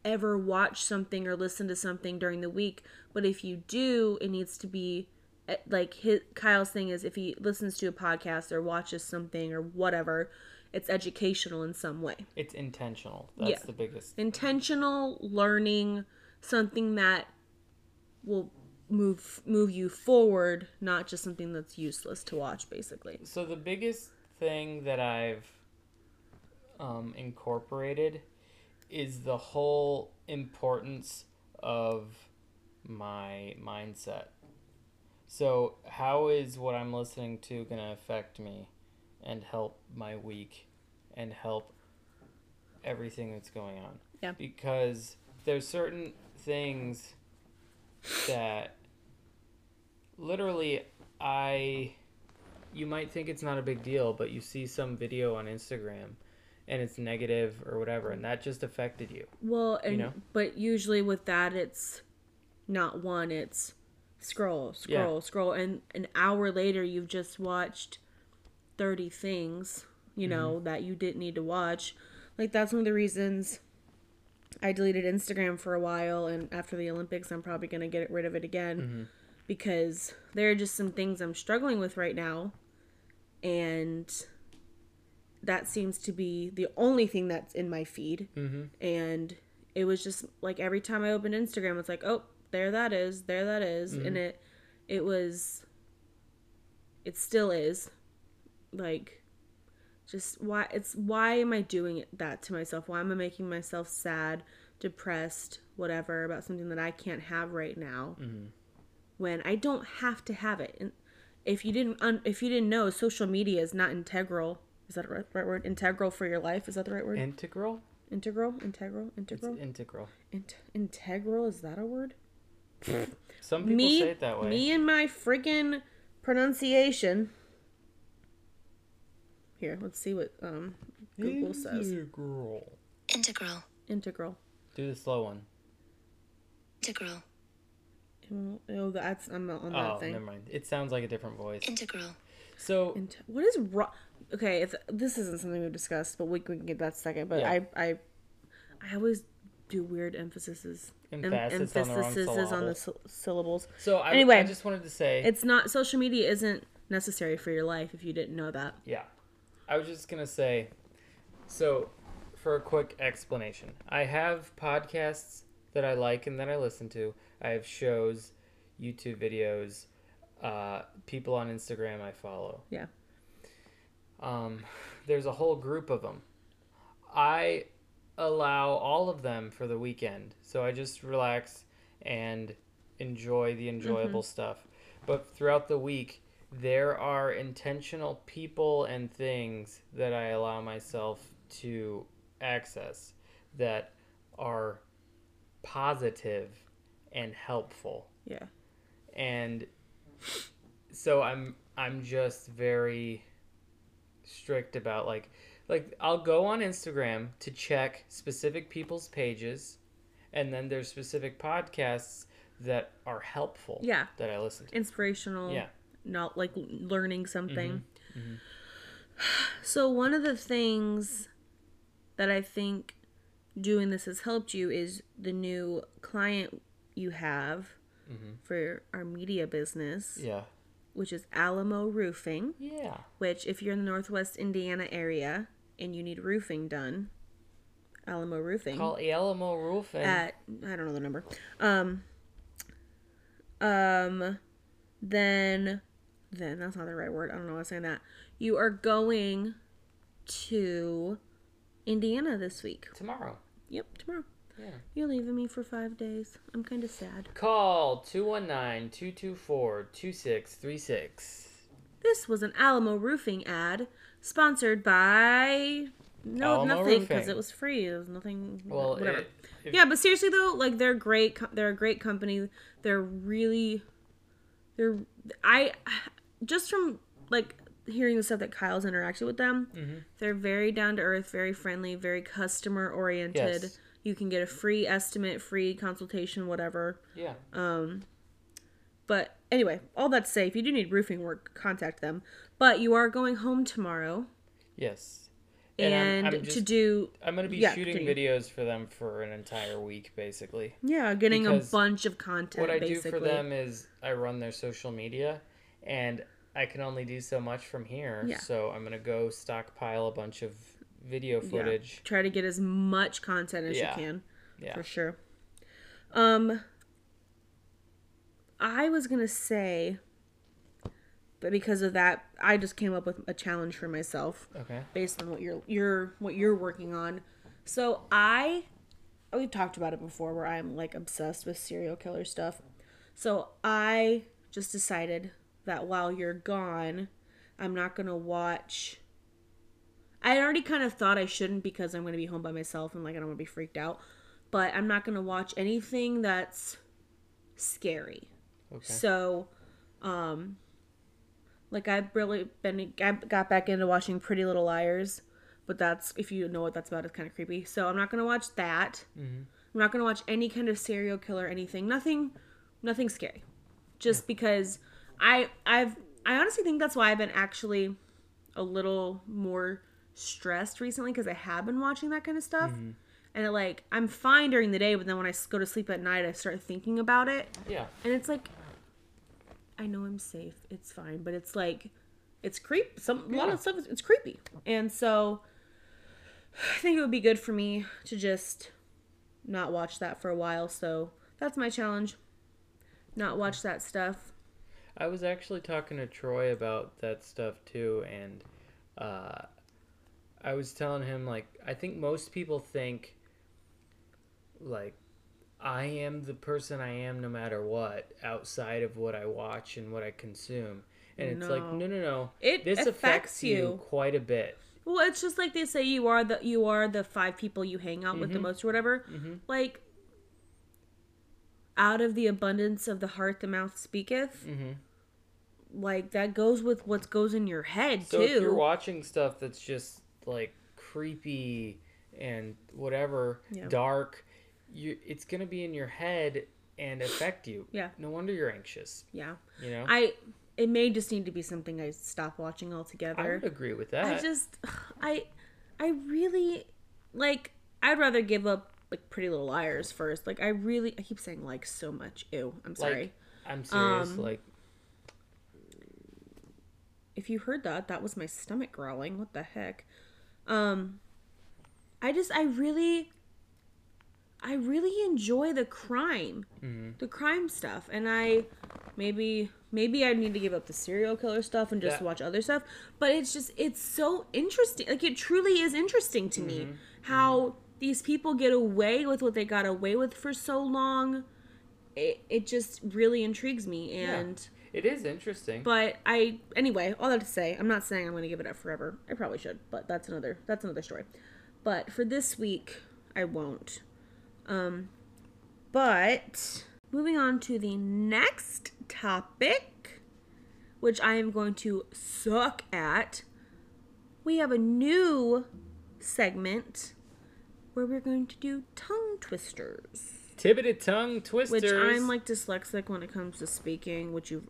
Speaker 1: ever watch something or listen to something during the week, but if you do, it needs to be eh, like his, Kyle's thing is if he listens to a podcast or watches something or whatever, it's educational in some way
Speaker 2: it's intentional that's
Speaker 1: Yeah.
Speaker 2: the biggest
Speaker 1: intentional learning something that will move move you forward not just something that's useless to watch basically
Speaker 2: So the biggest thing that I've um, incorporated is the whole importance of my mindset. So how is what I'm listening to going to affect me and help my week and help everything that's going on?
Speaker 1: Yeah.
Speaker 2: Because there's certain things that literally I you might think it's not a big deal, but you see some video on Instagram and it's negative or whatever, and that just affected you.
Speaker 1: well and
Speaker 2: know?
Speaker 1: but usually with that it's not one it's scroll scroll scroll and an hour later you've just watched 30 things you
Speaker 2: Mm-hmm.
Speaker 1: know that you didn't need to watch like that's one of the reasons i deleted instagram for a while and after the olympics i'm probably going to get rid of it again
Speaker 2: Mm-hmm.
Speaker 1: because there are just some things i'm struggling with right now and that seems to be the only thing that's in my feed and it was just like every time i opened instagram it's like oh there that is there that is. and it it was it still is like just why it's why am i doing it- that to myself why am i making myself sad depressed whatever about something that i can't have right now when i don't have to have it and if you didn't un, if you didn't know social media is not integral is that the right, right word integral for your life is that the right word
Speaker 2: Integral?
Speaker 1: integral integral
Speaker 2: It's
Speaker 1: integral
Speaker 2: integral.
Speaker 1: Int- integral is that a word
Speaker 2: Some people
Speaker 1: me
Speaker 2: say it that way.
Speaker 1: me and my friggin pronunciation here let's see what um google says
Speaker 2: Integral.
Speaker 8: Integral.
Speaker 1: integral
Speaker 2: Do the slow one.
Speaker 8: Integral.
Speaker 1: oh that's i'm not on that
Speaker 2: Oh,
Speaker 1: thing
Speaker 2: never mind. It sounds like a different voice.
Speaker 8: Integral.
Speaker 2: So
Speaker 1: Inte- what is wrong? Okay, if, this isn't something we've discussed, but we, we can get that second. But
Speaker 2: Yeah.
Speaker 1: I, I, I always do weird emphases. Em-
Speaker 2: Emphasis on the wrong
Speaker 1: emphases on the
Speaker 2: syllables.
Speaker 1: syl- syllables.
Speaker 2: so I,
Speaker 1: Anyway.
Speaker 2: I just wanted to say
Speaker 1: It's not social media isn't necessary for your life if you didn't know that.
Speaker 2: Yeah. I was just going to say so, for a quick explanation, I have podcasts that I like and that I listen to, I have shows, YouTube videos, uh, people on Instagram I follow.
Speaker 1: Yeah.
Speaker 2: Um, there's a whole group of them. I allow all of them for the weekend, so I just relax and enjoy the enjoyable stuff. But throughout the week, there are intentional people and things that I allow myself to access that are positive and helpful
Speaker 1: Yeah.
Speaker 2: and so i'm i'm just very strict about like like i'll go on instagram to check specific people's pages and then there's specific podcasts that are helpful
Speaker 1: Yeah.
Speaker 2: that i listen to
Speaker 1: Inspirational.
Speaker 2: yeah Mm-hmm.
Speaker 1: not like learning something. So one of the things that I think doing this has helped you is the new client you have for our media business
Speaker 2: Mm-hmm. yeah
Speaker 1: which is Alamo Roofing,
Speaker 2: Yeah.
Speaker 1: which if you're in the Northwest Indiana area and you need roofing done, Alamo Roofing
Speaker 2: Call Alamo Roofing.
Speaker 1: at I don't know the number. Um um then then that's not the right word. I don't know why I'm saying that. You are going to Indiana this week.
Speaker 2: tomorrow.
Speaker 1: Yep, tomorrow.
Speaker 2: Yeah.
Speaker 1: You're leaving me for five days. I'm kind of sad.
Speaker 2: Call 219 224 2636.
Speaker 1: This was an Alamo Roofing ad sponsored by no
Speaker 2: Alamo
Speaker 1: nothing because
Speaker 2: Roofing.
Speaker 1: it was free. It was nothing.
Speaker 2: Well,
Speaker 1: whatever.
Speaker 2: it- if-
Speaker 1: yeah, but seriously though, like they're great. co- They're a great company. They're really, they're I just from like hearing the stuff that Kyle's interacted with them,
Speaker 2: Mm-hmm.
Speaker 1: they're very down to earth, very friendly, very customer oriented.
Speaker 2: Yes.
Speaker 1: You can get a free estimate, free consultation, whatever.
Speaker 2: yeah.
Speaker 1: Um, But anyway, all that to say, if you do need roofing work, contact them. But you are going home tomorrow
Speaker 2: yes.
Speaker 1: and,
Speaker 2: I'm, I'm
Speaker 1: to
Speaker 2: just-
Speaker 1: do
Speaker 2: I'm going to be
Speaker 1: yeah,
Speaker 2: shooting
Speaker 1: continue.
Speaker 2: videos for them for an entire week, basically.
Speaker 1: yeah, getting
Speaker 2: because
Speaker 1: a bunch of content.
Speaker 2: what I
Speaker 1: basically.
Speaker 2: do for them is I run their social media, and I can only do so much from here.
Speaker 1: Yeah.
Speaker 2: So I'm gonna go stockpile a bunch of video footage.
Speaker 1: Try to get as much content as
Speaker 2: Yeah.
Speaker 1: you can.
Speaker 2: Yeah.
Speaker 1: For sure. Um I was going to say but because of that, I just came up with a challenge for myself
Speaker 2: Okay.
Speaker 1: based on what you're you're what you're working on. So I we've talked about it before where I'm like obsessed with serial killer stuff. So I just decided that while you're gone, I'm not going to watch I already kind of thought I shouldn't because I'm going to be home by myself and like I don't want to be freaked out, but I'm not going to watch anything that's scary.
Speaker 2: Okay.
Speaker 1: So, um, like I've really been I got back into watching Pretty Little Liars, but that's if you know what that's about, it's kind of creepy. So I'm not gonna watch that. I'm not gonna watch any kind of serial killer, anything, nothing, nothing scary, just because I I've I honestly think that's why I've been actually a little more stressed recently because I have been watching that kind of stuff. And it, like I'm fine during the day, but then when I s- go to sleep at night, I start thinking about it.
Speaker 2: Yeah.
Speaker 1: And it's like, I know I'm safe. It's fine, but it's like, it's creep. Some a lot of stuff. is- It's creepy, and so I think it would be good for me to just not watch that for a while. So that's my challenge. Not watch that stuff.
Speaker 2: I was actually talking to Troy about that stuff too, and uh, I was telling him like I think most people think like I am the person I am no matter what outside of what I watch and what I consume, and it's like
Speaker 1: No.
Speaker 2: no, no, no.
Speaker 1: It
Speaker 2: this affects,
Speaker 1: affects
Speaker 2: you.
Speaker 1: you.
Speaker 2: quite a bit.
Speaker 1: Well, it's just like they say you are the you are the five people you hang out
Speaker 2: Mm-hmm.
Speaker 1: with the most or whatever. Like out of the abundance of the heart the mouth speaketh. Like that goes with what goes in your head
Speaker 2: Mm-hmm. So
Speaker 1: too.
Speaker 2: if you're watching stuff that's just like creepy and whatever,
Speaker 1: Yeah.
Speaker 2: dark, you it's gonna be in your head and affect you.
Speaker 1: Yeah.
Speaker 2: No wonder you're anxious.
Speaker 1: yeah.
Speaker 2: You know.
Speaker 1: I it may just need to be something I stop watching
Speaker 2: I
Speaker 1: altogether.
Speaker 2: would agree with that.
Speaker 1: I just I I really like I'd rather give up like Pretty Little Liars first. Like I really I keep saying like so much. Ew. I'm
Speaker 2: like,
Speaker 1: sorry.
Speaker 2: I'm serious.
Speaker 1: Um,
Speaker 2: like,
Speaker 1: if you heard that that was my stomach growling what the heck um i just i really i really enjoy the crime the crime stuff and i maybe maybe i need to give up the serial killer stuff and just
Speaker 2: That-
Speaker 1: watch other stuff but it's just it's so interesting like it truly is interesting to me how these people get away with what they got away with for so long it, it just really intrigues me and
Speaker 2: it is interesting.
Speaker 1: but I anyway, all that to say, I'm not saying I'm gonna give it up forever. I probably should, but that's another that's another story. But for this week, I won't. Um but moving on to the next topic, which I am going to suck at. We have a new segment where we're going to do tongue twisters.
Speaker 2: Tibited tongue twisters.
Speaker 1: Which I'm like dyslexic when it comes to speaking, which you've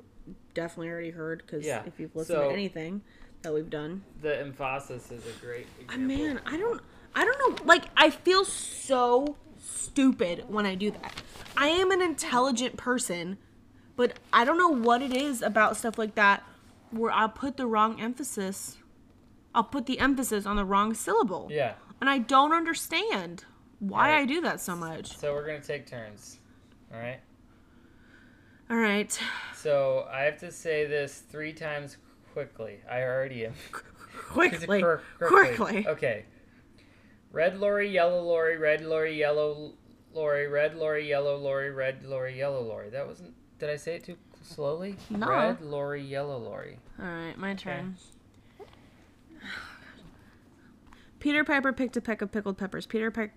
Speaker 1: definitely already heard because
Speaker 2: Yeah,
Speaker 1: if you've listened
Speaker 2: so-
Speaker 1: to anything that we've done,
Speaker 2: the emphasis is a great
Speaker 1: I
Speaker 2: example.
Speaker 1: man, I don't, I don't know. Like I feel so stupid when I do that. I am an intelligent person, But I don't know what it is about stuff like that where I'll put the wrong emphasis. I'll put the emphasis on the wrong syllable.
Speaker 2: Yeah.
Speaker 1: And I don't understand why
Speaker 2: Right.
Speaker 1: I do that so much.
Speaker 2: So we're gonna take turns. All right.
Speaker 1: All right.
Speaker 2: So I have to say this three times quickly. I already am.
Speaker 1: Quickly.
Speaker 2: Cur-
Speaker 1: Quickly.
Speaker 2: Okay. Red lorry, yellow lorry, red lorry, yellow lorry, red lorry, yellow lorry, red lorry, yellow lorry. That wasn't. Did I say it too slowly?
Speaker 1: No.
Speaker 2: Red lorry, yellow lorry.
Speaker 1: All right, my turn. Peter Piper picked a peck of pickled peppers. Peter Piper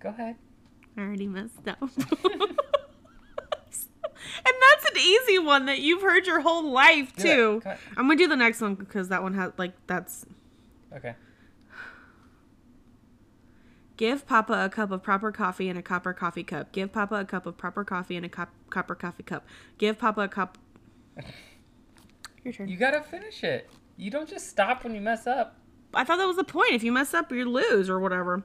Speaker 2: Go ahead.
Speaker 1: already messed up. and that's an easy one that you've heard your whole life
Speaker 2: Do it.
Speaker 1: too.
Speaker 2: Cut.
Speaker 1: I'm gonna do the next one because that one has like that's
Speaker 2: Okay.
Speaker 1: give Papa a cup of proper coffee in a copper coffee cup. Give Papa a cup of proper coffee in a cop- copper coffee cup. Give Papa a cup. Your turn.
Speaker 2: You gotta finish it. You don't just stop when you mess up.
Speaker 1: I thought that was the point. If you mess up, you lose or whatever.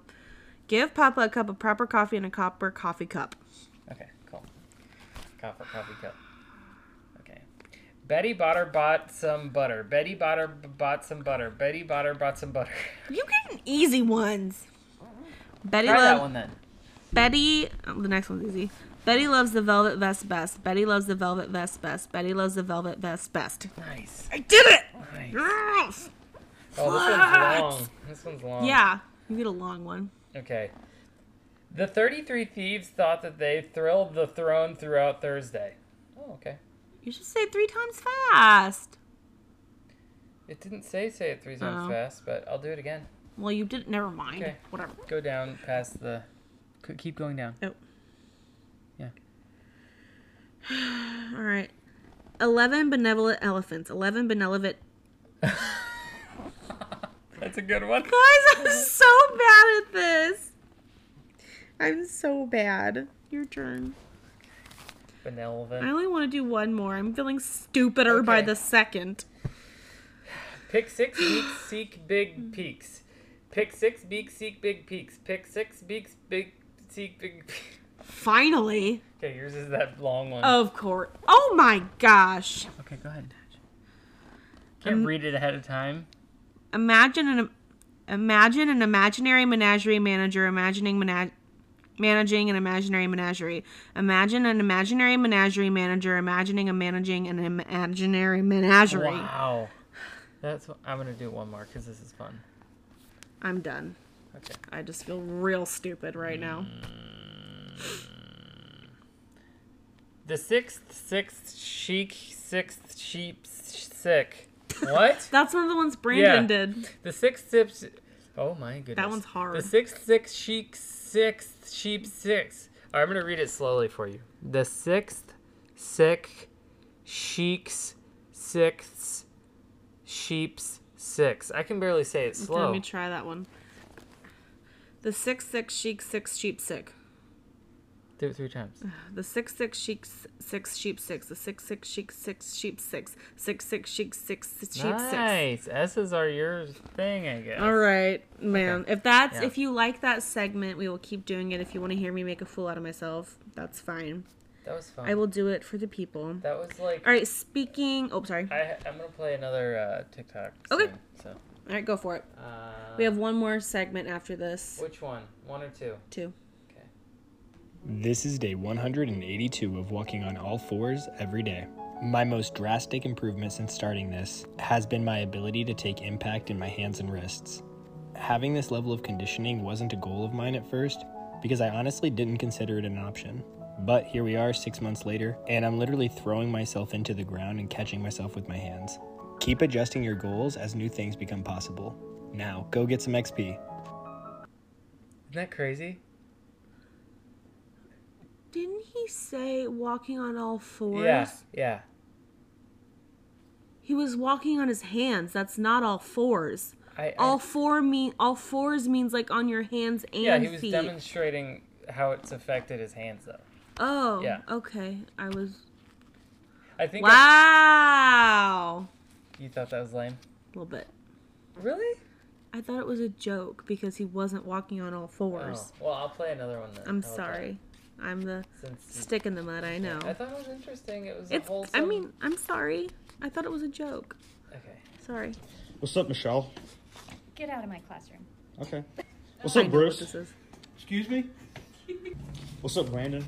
Speaker 1: Give Papa a cup of proper coffee in a copper coffee cup.
Speaker 2: Okay, cool. Copper coffee cup. Okay. Betty Botter bought some butter. Betty Botter b- bought some butter. Betty Botter bought some butter.
Speaker 1: You getting easy ones. Betty
Speaker 2: Try that
Speaker 1: loves
Speaker 2: one then.
Speaker 1: Betty. oh, the next one's easy. Betty loves the velvet vest best. Betty loves the velvet vest best. Betty loves the velvet vest best.
Speaker 2: Nice.
Speaker 1: I did it.
Speaker 2: Nice.
Speaker 1: Yes!
Speaker 2: Oh, this one's long. This one's long.
Speaker 1: Yeah, you get a long one.
Speaker 2: Okay. The 33 thieves thought that they thrilled the throne throughout Thursday. Oh, okay.
Speaker 1: You should say it three times fast.
Speaker 2: It didn't say say it three times
Speaker 1: Oh.
Speaker 2: fast, but I'll do it again.
Speaker 1: Well, you did. Never mind.
Speaker 2: Okay.
Speaker 1: Whatever.
Speaker 2: Go down past the. c- Keep going down.
Speaker 1: Oh.
Speaker 2: Yeah.
Speaker 1: All right. Eleven benevolent elephants. Eleven benevolent
Speaker 2: That's a good one.
Speaker 1: Guys, I'm so bad at this. I'm so bad. Your turn. I
Speaker 2: Benevolent.
Speaker 1: only want to do one more. I'm feeling stupider by
Speaker 2: Okay.
Speaker 1: the second.
Speaker 2: Pick six beaks, seek big peaks. Pick six beaks, seek big peaks. Pick six beaks, big seek big. Peaks.
Speaker 1: Finally.
Speaker 2: Okay, yours is that long one.
Speaker 1: Of course. Oh my gosh.
Speaker 2: Okay, go ahead. Can't
Speaker 1: Um,
Speaker 2: read it ahead of time.
Speaker 1: Imagine an imagine an imaginary menagerie manager imagining menag- managing an imaginary menagerie. Imagine an imaginary menagerie manager imagining a managing an imaginary menagerie.
Speaker 2: Wow. That's what, I'm gonna do one more because this is fun.
Speaker 1: I'm done.
Speaker 2: Okay.
Speaker 1: I just feel real stupid right now.
Speaker 2: The sixth, sixth sheik, sixth sheep, sick. What?
Speaker 1: That's one of the ones Brandon
Speaker 2: Yeah.
Speaker 1: did.
Speaker 2: the sixth sips. Oh my goodness.
Speaker 1: That one's hard.
Speaker 2: The sixth, sixth sheik, sixth sheep, six. All right, I'm gonna read it slowly for you. The sixth, sick, sheiks, sixths, sheeps, six. I can barely say it
Speaker 1: Let me
Speaker 2: slow.
Speaker 1: try that one. The six six sheik six sheep sick.
Speaker 2: Do it three times.
Speaker 1: The six six sheik s- six sheep six. The six six sheik six sheep six. Six six sheik six s- sheep six.
Speaker 2: Nice. S's are your thing, I guess.
Speaker 1: All right, man. If that's
Speaker 2: Yeah.
Speaker 1: if you like that segment, we will keep doing it. If you want to hear me make a fool out of myself, that's fine.
Speaker 2: That was fun.
Speaker 1: I will do it for the people.
Speaker 2: That was like.
Speaker 1: All right. Speaking. Oh, sorry. All
Speaker 2: I, I'm gonna play another uh, TikTok.
Speaker 1: Okay.
Speaker 2: soon, so
Speaker 1: right, go for it.
Speaker 2: uh,
Speaker 1: We have one more segment after this.
Speaker 2: which one? One or two?
Speaker 1: Two.
Speaker 9: This is day 182 of walking on all fours every day. My most drastic improvement since starting this has been my ability to take impact in my hands and wrists. Having this level of conditioning wasn't a goal of mine at first because I honestly didn't consider it an option. But here we are six months later, and I'm literally throwing myself into the ground and catching myself with my hands. Keep adjusting your goals as new things become possible. Now, go get some XP.
Speaker 2: Isn't that crazy?
Speaker 1: Didn't he say walking on all fours?
Speaker 2: Yeah, yeah.
Speaker 1: He was walking on his hands. That's not all fours.
Speaker 2: I, I
Speaker 1: All four mean all fours means like on your hands and
Speaker 2: yeah. He was
Speaker 1: feet.
Speaker 2: demonstrating how it's affected his hands, though.
Speaker 1: oh,
Speaker 2: Yeah.
Speaker 1: okay. I was
Speaker 2: I think I-
Speaker 1: Wow.
Speaker 2: you thought that was lame.
Speaker 1: A little bit.
Speaker 2: Really?
Speaker 1: I thought it was a joke because he wasn't walking on all
Speaker 2: Oh,
Speaker 1: fours.
Speaker 2: well, I'll play another one then.
Speaker 1: I'm
Speaker 2: How about
Speaker 1: sorry. I'm the
Speaker 2: Since
Speaker 1: stick in the mud. I know.
Speaker 2: I thought it was interesting. It was a
Speaker 1: It's.
Speaker 2: whole.
Speaker 1: I mean, I'm sorry. I thought it was a joke.
Speaker 2: okay.
Speaker 1: Sorry.
Speaker 10: What's up, Michelle?
Speaker 11: Get out of my classroom.
Speaker 10: Okay. What's
Speaker 1: I
Speaker 10: up,
Speaker 1: know what
Speaker 10: Bruce?
Speaker 1: this is.
Speaker 10: Excuse me? What's up, Brandon?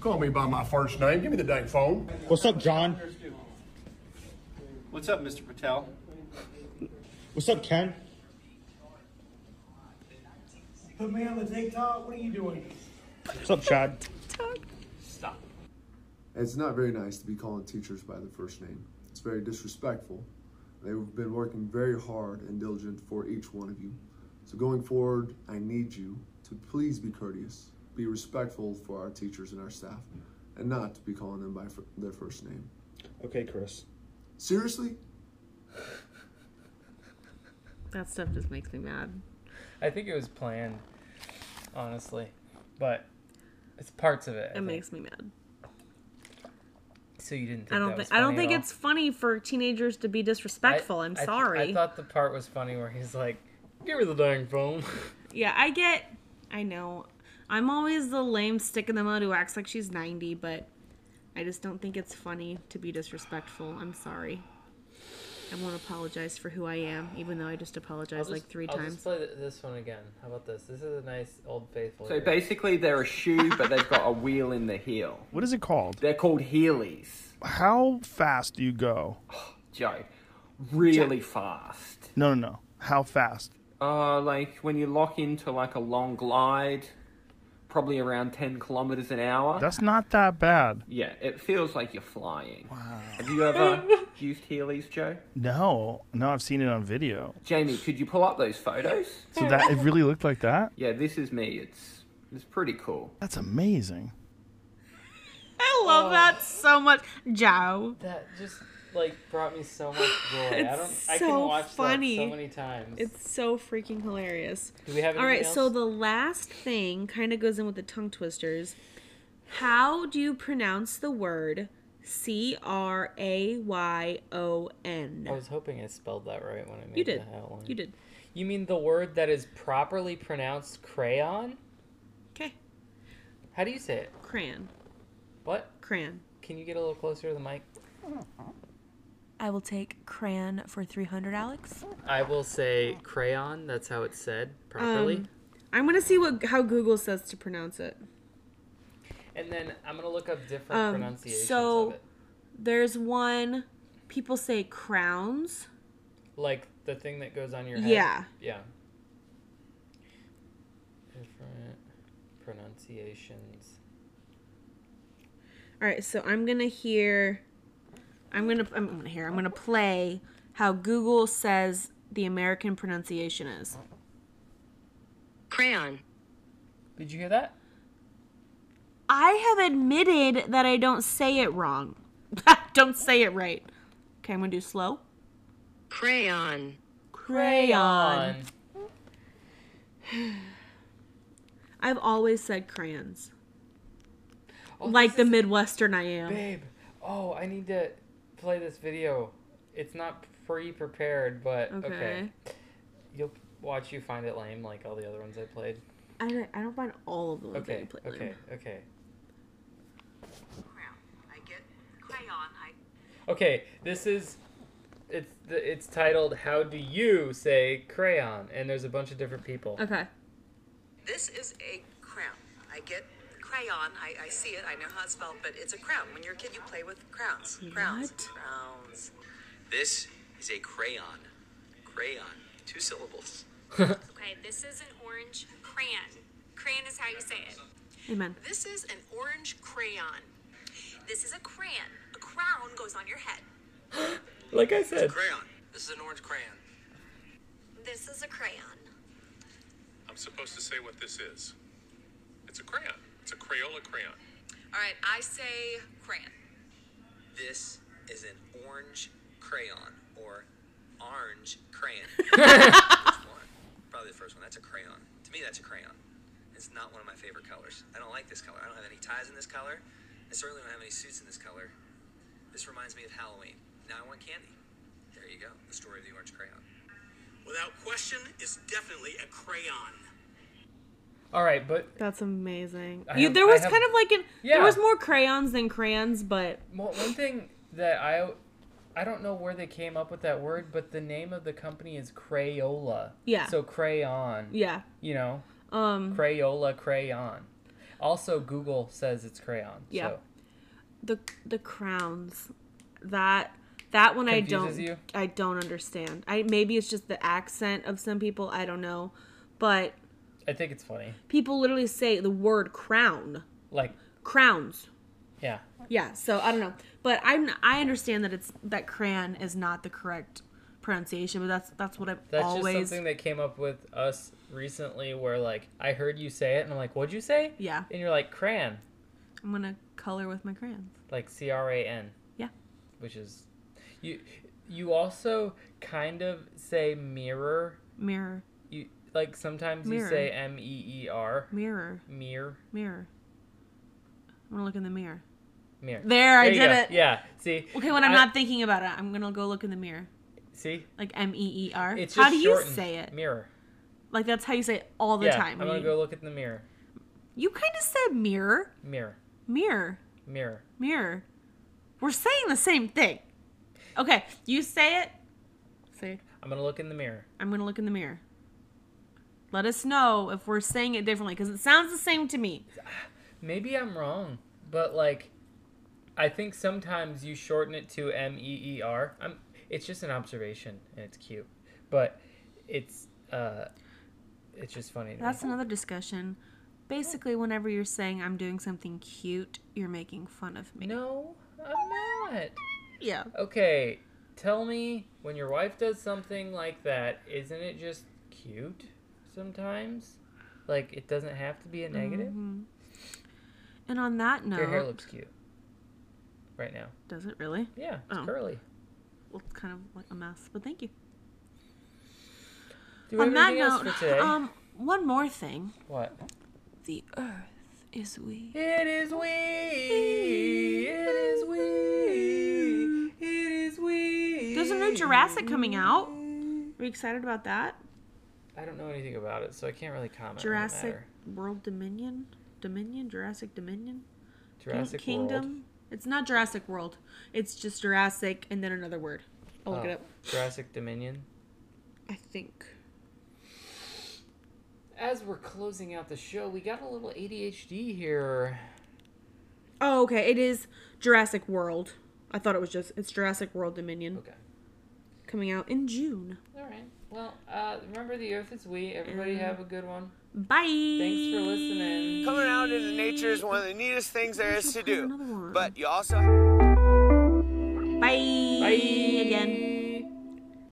Speaker 12: Call me by my first name. Give me the dang phone.
Speaker 10: What's up, John?
Speaker 12: What's up, Mr. Patel?
Speaker 10: What's up, Ken?
Speaker 12: Put me on the TikTok. What are you doing?
Speaker 10: What's up, Chad?
Speaker 12: It's not very nice to be calling teachers by their first name. It's very disrespectful. They've been working very hard and diligent for each one of you. So going forward, I need you to please be courteous, be respectful for our teachers and our staff, and not to be calling them by fir- their first name.
Speaker 10: Okay, Chris.
Speaker 12: Seriously?
Speaker 1: That stuff just makes me mad.
Speaker 2: I think it was planned, honestly, but it's parts of it. I
Speaker 1: It
Speaker 2: think.
Speaker 1: makes me mad.
Speaker 2: so you didn't. Think
Speaker 1: I don't
Speaker 2: that was
Speaker 1: think. I don't
Speaker 2: funny at
Speaker 1: think
Speaker 2: all?
Speaker 1: it's funny for teenagers to be disrespectful. I, am
Speaker 2: I th-
Speaker 1: sorry.
Speaker 2: I thought the part was funny where he's like, "Give her the dang phone."
Speaker 1: yeah, I get. I know. I'm always the lame stick in the mud who acts like she's 90, but I just don't think it's funny to be disrespectful. I'm sorry. I won't apologize for who I am, even though I just apologized
Speaker 2: I'll
Speaker 1: like
Speaker 2: just-
Speaker 1: three
Speaker 2: I'll
Speaker 1: times.
Speaker 2: Just play th- this one again. How about this? This is a nice old faithful.
Speaker 3: So
Speaker 2: here.
Speaker 3: basically, they're a shoe, but they've got a wheel in the heel.
Speaker 13: What is it called?
Speaker 3: They're called Heelys.
Speaker 13: How fast do you go?
Speaker 3: Joe, really fast.
Speaker 13: No, no, no. How fast?
Speaker 3: Uh, like when you lock into like a long glide, probably around 10 kilometers an hour.
Speaker 13: That's not that bad.
Speaker 3: Yeah, it feels like you're flying. Wow. Have you ever used Heelys, Joe?
Speaker 13: No, no, I've seen it on video.
Speaker 3: Jamie, could you pull up those photos?
Speaker 13: So that it really looked like that.
Speaker 3: Yeah, this is me. It's it's pretty cool.
Speaker 13: That's amazing.
Speaker 1: I
Speaker 2: Oh.
Speaker 1: love that so much, Jow.
Speaker 2: that just like brought me so much joy. I don't.
Speaker 1: It's
Speaker 2: I can
Speaker 1: so
Speaker 2: watch
Speaker 1: funny.
Speaker 2: that so many times.
Speaker 1: It's so freaking hilarious.
Speaker 2: Do we have
Speaker 1: All right,
Speaker 2: anything
Speaker 1: so
Speaker 2: else?
Speaker 1: the last thing kind of goes in with the tongue twisters. How do you pronounce the word C R A Y O
Speaker 2: I
Speaker 1: N?
Speaker 2: was hoping I spelled that right when I made
Speaker 1: You did.
Speaker 2: the outline.
Speaker 1: You did.
Speaker 2: You mean the word that is properly pronounced crayon?
Speaker 1: Okay.
Speaker 2: How do you say it?
Speaker 1: Crayon.
Speaker 2: What?
Speaker 1: Crayon.
Speaker 2: Can you get a little closer to the mic?
Speaker 1: I will take crayon for 300, Alex.
Speaker 2: I will say crayon. That's how it's said properly.
Speaker 1: Um, I'm going to see what how Google says to pronounce it.
Speaker 2: and then I'm gonna look up different
Speaker 1: Um,
Speaker 2: pronunciations
Speaker 1: so
Speaker 2: of it.
Speaker 1: there's one people say crowns.
Speaker 2: Like the thing that goes on your head.
Speaker 1: Yeah.
Speaker 2: Yeah. Different pronunciations.
Speaker 1: All right, so I'm gonna hear. I'm gonna. I'm gonna hear. I'm gonna play how Google says the American pronunciation is.
Speaker 14: Crayon.
Speaker 2: Did you hear that?
Speaker 1: I have admitted that I don't say it wrong. don't say it right. Okay, I'm gonna do slow.
Speaker 14: Crayon.
Speaker 1: Crayon. I've always said crayons,
Speaker 2: Oh,
Speaker 1: like the
Speaker 2: this is-
Speaker 1: Midwestern I am.
Speaker 2: Babe. Oh, I need to play this video. It's not pre-prepared, but okay.
Speaker 1: Okay.
Speaker 2: You'll watch you find it lame like all the other ones I played.
Speaker 1: I don't, I don't find all of the ones that
Speaker 2: Okay.
Speaker 1: you play. lame.
Speaker 2: Okay. Okay.
Speaker 8: I get crayon. I
Speaker 2: Okay, this is it's the, it's titled "How Do You Say Crayon?" and there's a bunch of different people.
Speaker 1: Okay.
Speaker 8: This is a crown. I get crayon. I, I see it. I know how it's spelled, but it's a crown. When you're a kid, you play with crowns. Crowns.
Speaker 1: What?
Speaker 8: Crowns.
Speaker 15: This is a crayon. Crayon. Two syllables.
Speaker 16: Okay, this is an orange crayon. Crayon is how you say it.
Speaker 1: Amen.
Speaker 16: This is an orange crayon. This is a crayon. A crown goes on your head.
Speaker 2: Like I
Speaker 15: It's a
Speaker 2: said,
Speaker 15: crayon. This is an orange crayon.
Speaker 16: This is a crayon.
Speaker 17: I'm supposed to say what this is. It's a crayon. It's a Crayola crayon.
Speaker 8: All right, I say crayon.
Speaker 15: This is an orange crayon or orange crayon. Which one? Probably the first one. That's a crayon. To me, that's a crayon. It's not one of my favorite colors. I don't like this color. I don't have any ties in this color. I certainly don't have any suits in this color. This reminds me of Halloween. Now I want candy. There you go. The story of the orange crayon.
Speaker 18: Without question, it's definitely a crayon.
Speaker 2: All right, but
Speaker 1: That's amazing.
Speaker 2: I
Speaker 1: You,
Speaker 2: have-
Speaker 1: there
Speaker 2: I
Speaker 1: was
Speaker 2: have-
Speaker 1: kind of like an
Speaker 2: Yeah.
Speaker 1: there was more crayons than crayons, but
Speaker 2: Well, one thing that I I don't know where they came up with that word, but the name of the company is Crayola.
Speaker 1: Yeah.
Speaker 2: So crayon.
Speaker 1: Yeah.
Speaker 2: You know,
Speaker 1: um
Speaker 2: Crayola crayon. Also, Google says it's crayon.
Speaker 1: yeah.
Speaker 2: So.
Speaker 1: The the crowns. That that one I don't
Speaker 2: Confuses you?
Speaker 1: I don't understand. I maybe it's just the accent of some people, I don't know. But
Speaker 2: I think it's funny.
Speaker 1: people literally say the word crown.
Speaker 2: Like,
Speaker 1: Crowns.
Speaker 2: yeah.
Speaker 1: Yeah, so I don't know, but I I understand that it's that crayon is not the correct pronunciation, but that's that's what I've
Speaker 2: That's just
Speaker 1: always
Speaker 2: something that came up with us recently where, like, I heard you say it and I'm like, what'd you say?
Speaker 1: Yeah.
Speaker 2: And you're like, crayon.
Speaker 1: I'm gonna color with my crayons.
Speaker 2: like C R A N.
Speaker 1: Yeah.
Speaker 2: Which is you you also kind of say mirror.
Speaker 1: Mirror.
Speaker 2: You like sometimes you
Speaker 1: Mirror.
Speaker 2: say M E E R.
Speaker 1: Mirror.
Speaker 2: Mirror.
Speaker 1: Mirror. I'm gonna look in the mirror.
Speaker 2: Mirror.
Speaker 1: There, I
Speaker 2: you
Speaker 1: did
Speaker 2: go.
Speaker 1: it.
Speaker 2: Yeah. See.
Speaker 1: Okay, when I'm
Speaker 2: I-
Speaker 1: not thinking about it, I'm gonna go look in the mirror.
Speaker 2: See?
Speaker 1: Like M E E R.
Speaker 2: It's
Speaker 1: How
Speaker 2: just
Speaker 1: do you
Speaker 2: shortened.
Speaker 1: say it?
Speaker 2: Mirror.
Speaker 1: Like that's how you say it all the
Speaker 2: yeah,
Speaker 1: time.
Speaker 2: I'm gonna
Speaker 1: You-
Speaker 2: go look at the mirror.
Speaker 1: You kind of said mirror,
Speaker 2: Mirror.
Speaker 1: mirror,
Speaker 2: Mirror.
Speaker 1: mirror. We're saying the same thing. Okay, you say it. Say. it.
Speaker 2: I'm gonna look in the mirror.
Speaker 1: I'm gonna look in the mirror. Let us know if we're saying it differently because it sounds the same to me.
Speaker 2: Maybe I'm wrong, but like I think sometimes you shorten it to M E E R. I'm it's just an observation and it's cute. But it's uh it's just funny. to me.
Speaker 1: That's another discussion. Basically, whenever you're saying I'm doing something cute, you're making fun of me.
Speaker 2: No, I'm not.
Speaker 1: Yeah.
Speaker 2: Okay, tell me when your wife does something like that, isn't it just cute sometimes? Like it doesn't have to be a negative.
Speaker 1: Mhm. And on that note,
Speaker 2: Your hair looks cute right now.
Speaker 1: does it really?
Speaker 2: Yeah, it's
Speaker 1: Oh.
Speaker 2: curly.
Speaker 1: Well, it's kind of like a mess, but thank you.
Speaker 2: Do we
Speaker 1: on
Speaker 2: have
Speaker 1: that
Speaker 2: anything else
Speaker 1: note,
Speaker 2: for today?
Speaker 1: um, one more thing.
Speaker 2: What?
Speaker 1: The Earth is we.
Speaker 2: It is we. It is we. It is we.
Speaker 1: There's a new Jurassic coming out. Are you excited about that?
Speaker 2: I don't know anything about it, so I can't really comment. on the
Speaker 1: Jurassic
Speaker 2: matter.
Speaker 1: World Dominion, Dominion, Jurassic Dominion, King-
Speaker 2: Jurassic
Speaker 1: Kingdom.
Speaker 2: World.
Speaker 1: It's not Jurassic World. It's just Jurassic and then another word. I'll look
Speaker 2: Oh,
Speaker 1: it up.
Speaker 2: Jurassic Dominion.
Speaker 1: I think.
Speaker 2: As we're closing out the show, we got a little ADHD here.
Speaker 1: Oh, okay. It is Jurassic World. I thought it was just it's Jurassic World Dominion.
Speaker 2: Okay.
Speaker 1: Coming out in June.
Speaker 2: All right. Well, uh, remember the Earth is we.
Speaker 1: Mm.
Speaker 2: Everybody have a good one.
Speaker 1: Bye.
Speaker 2: Thanks for listening.
Speaker 19: Coming out into nature is one of the neatest things there is to do. But you also
Speaker 1: Bye. Bye again.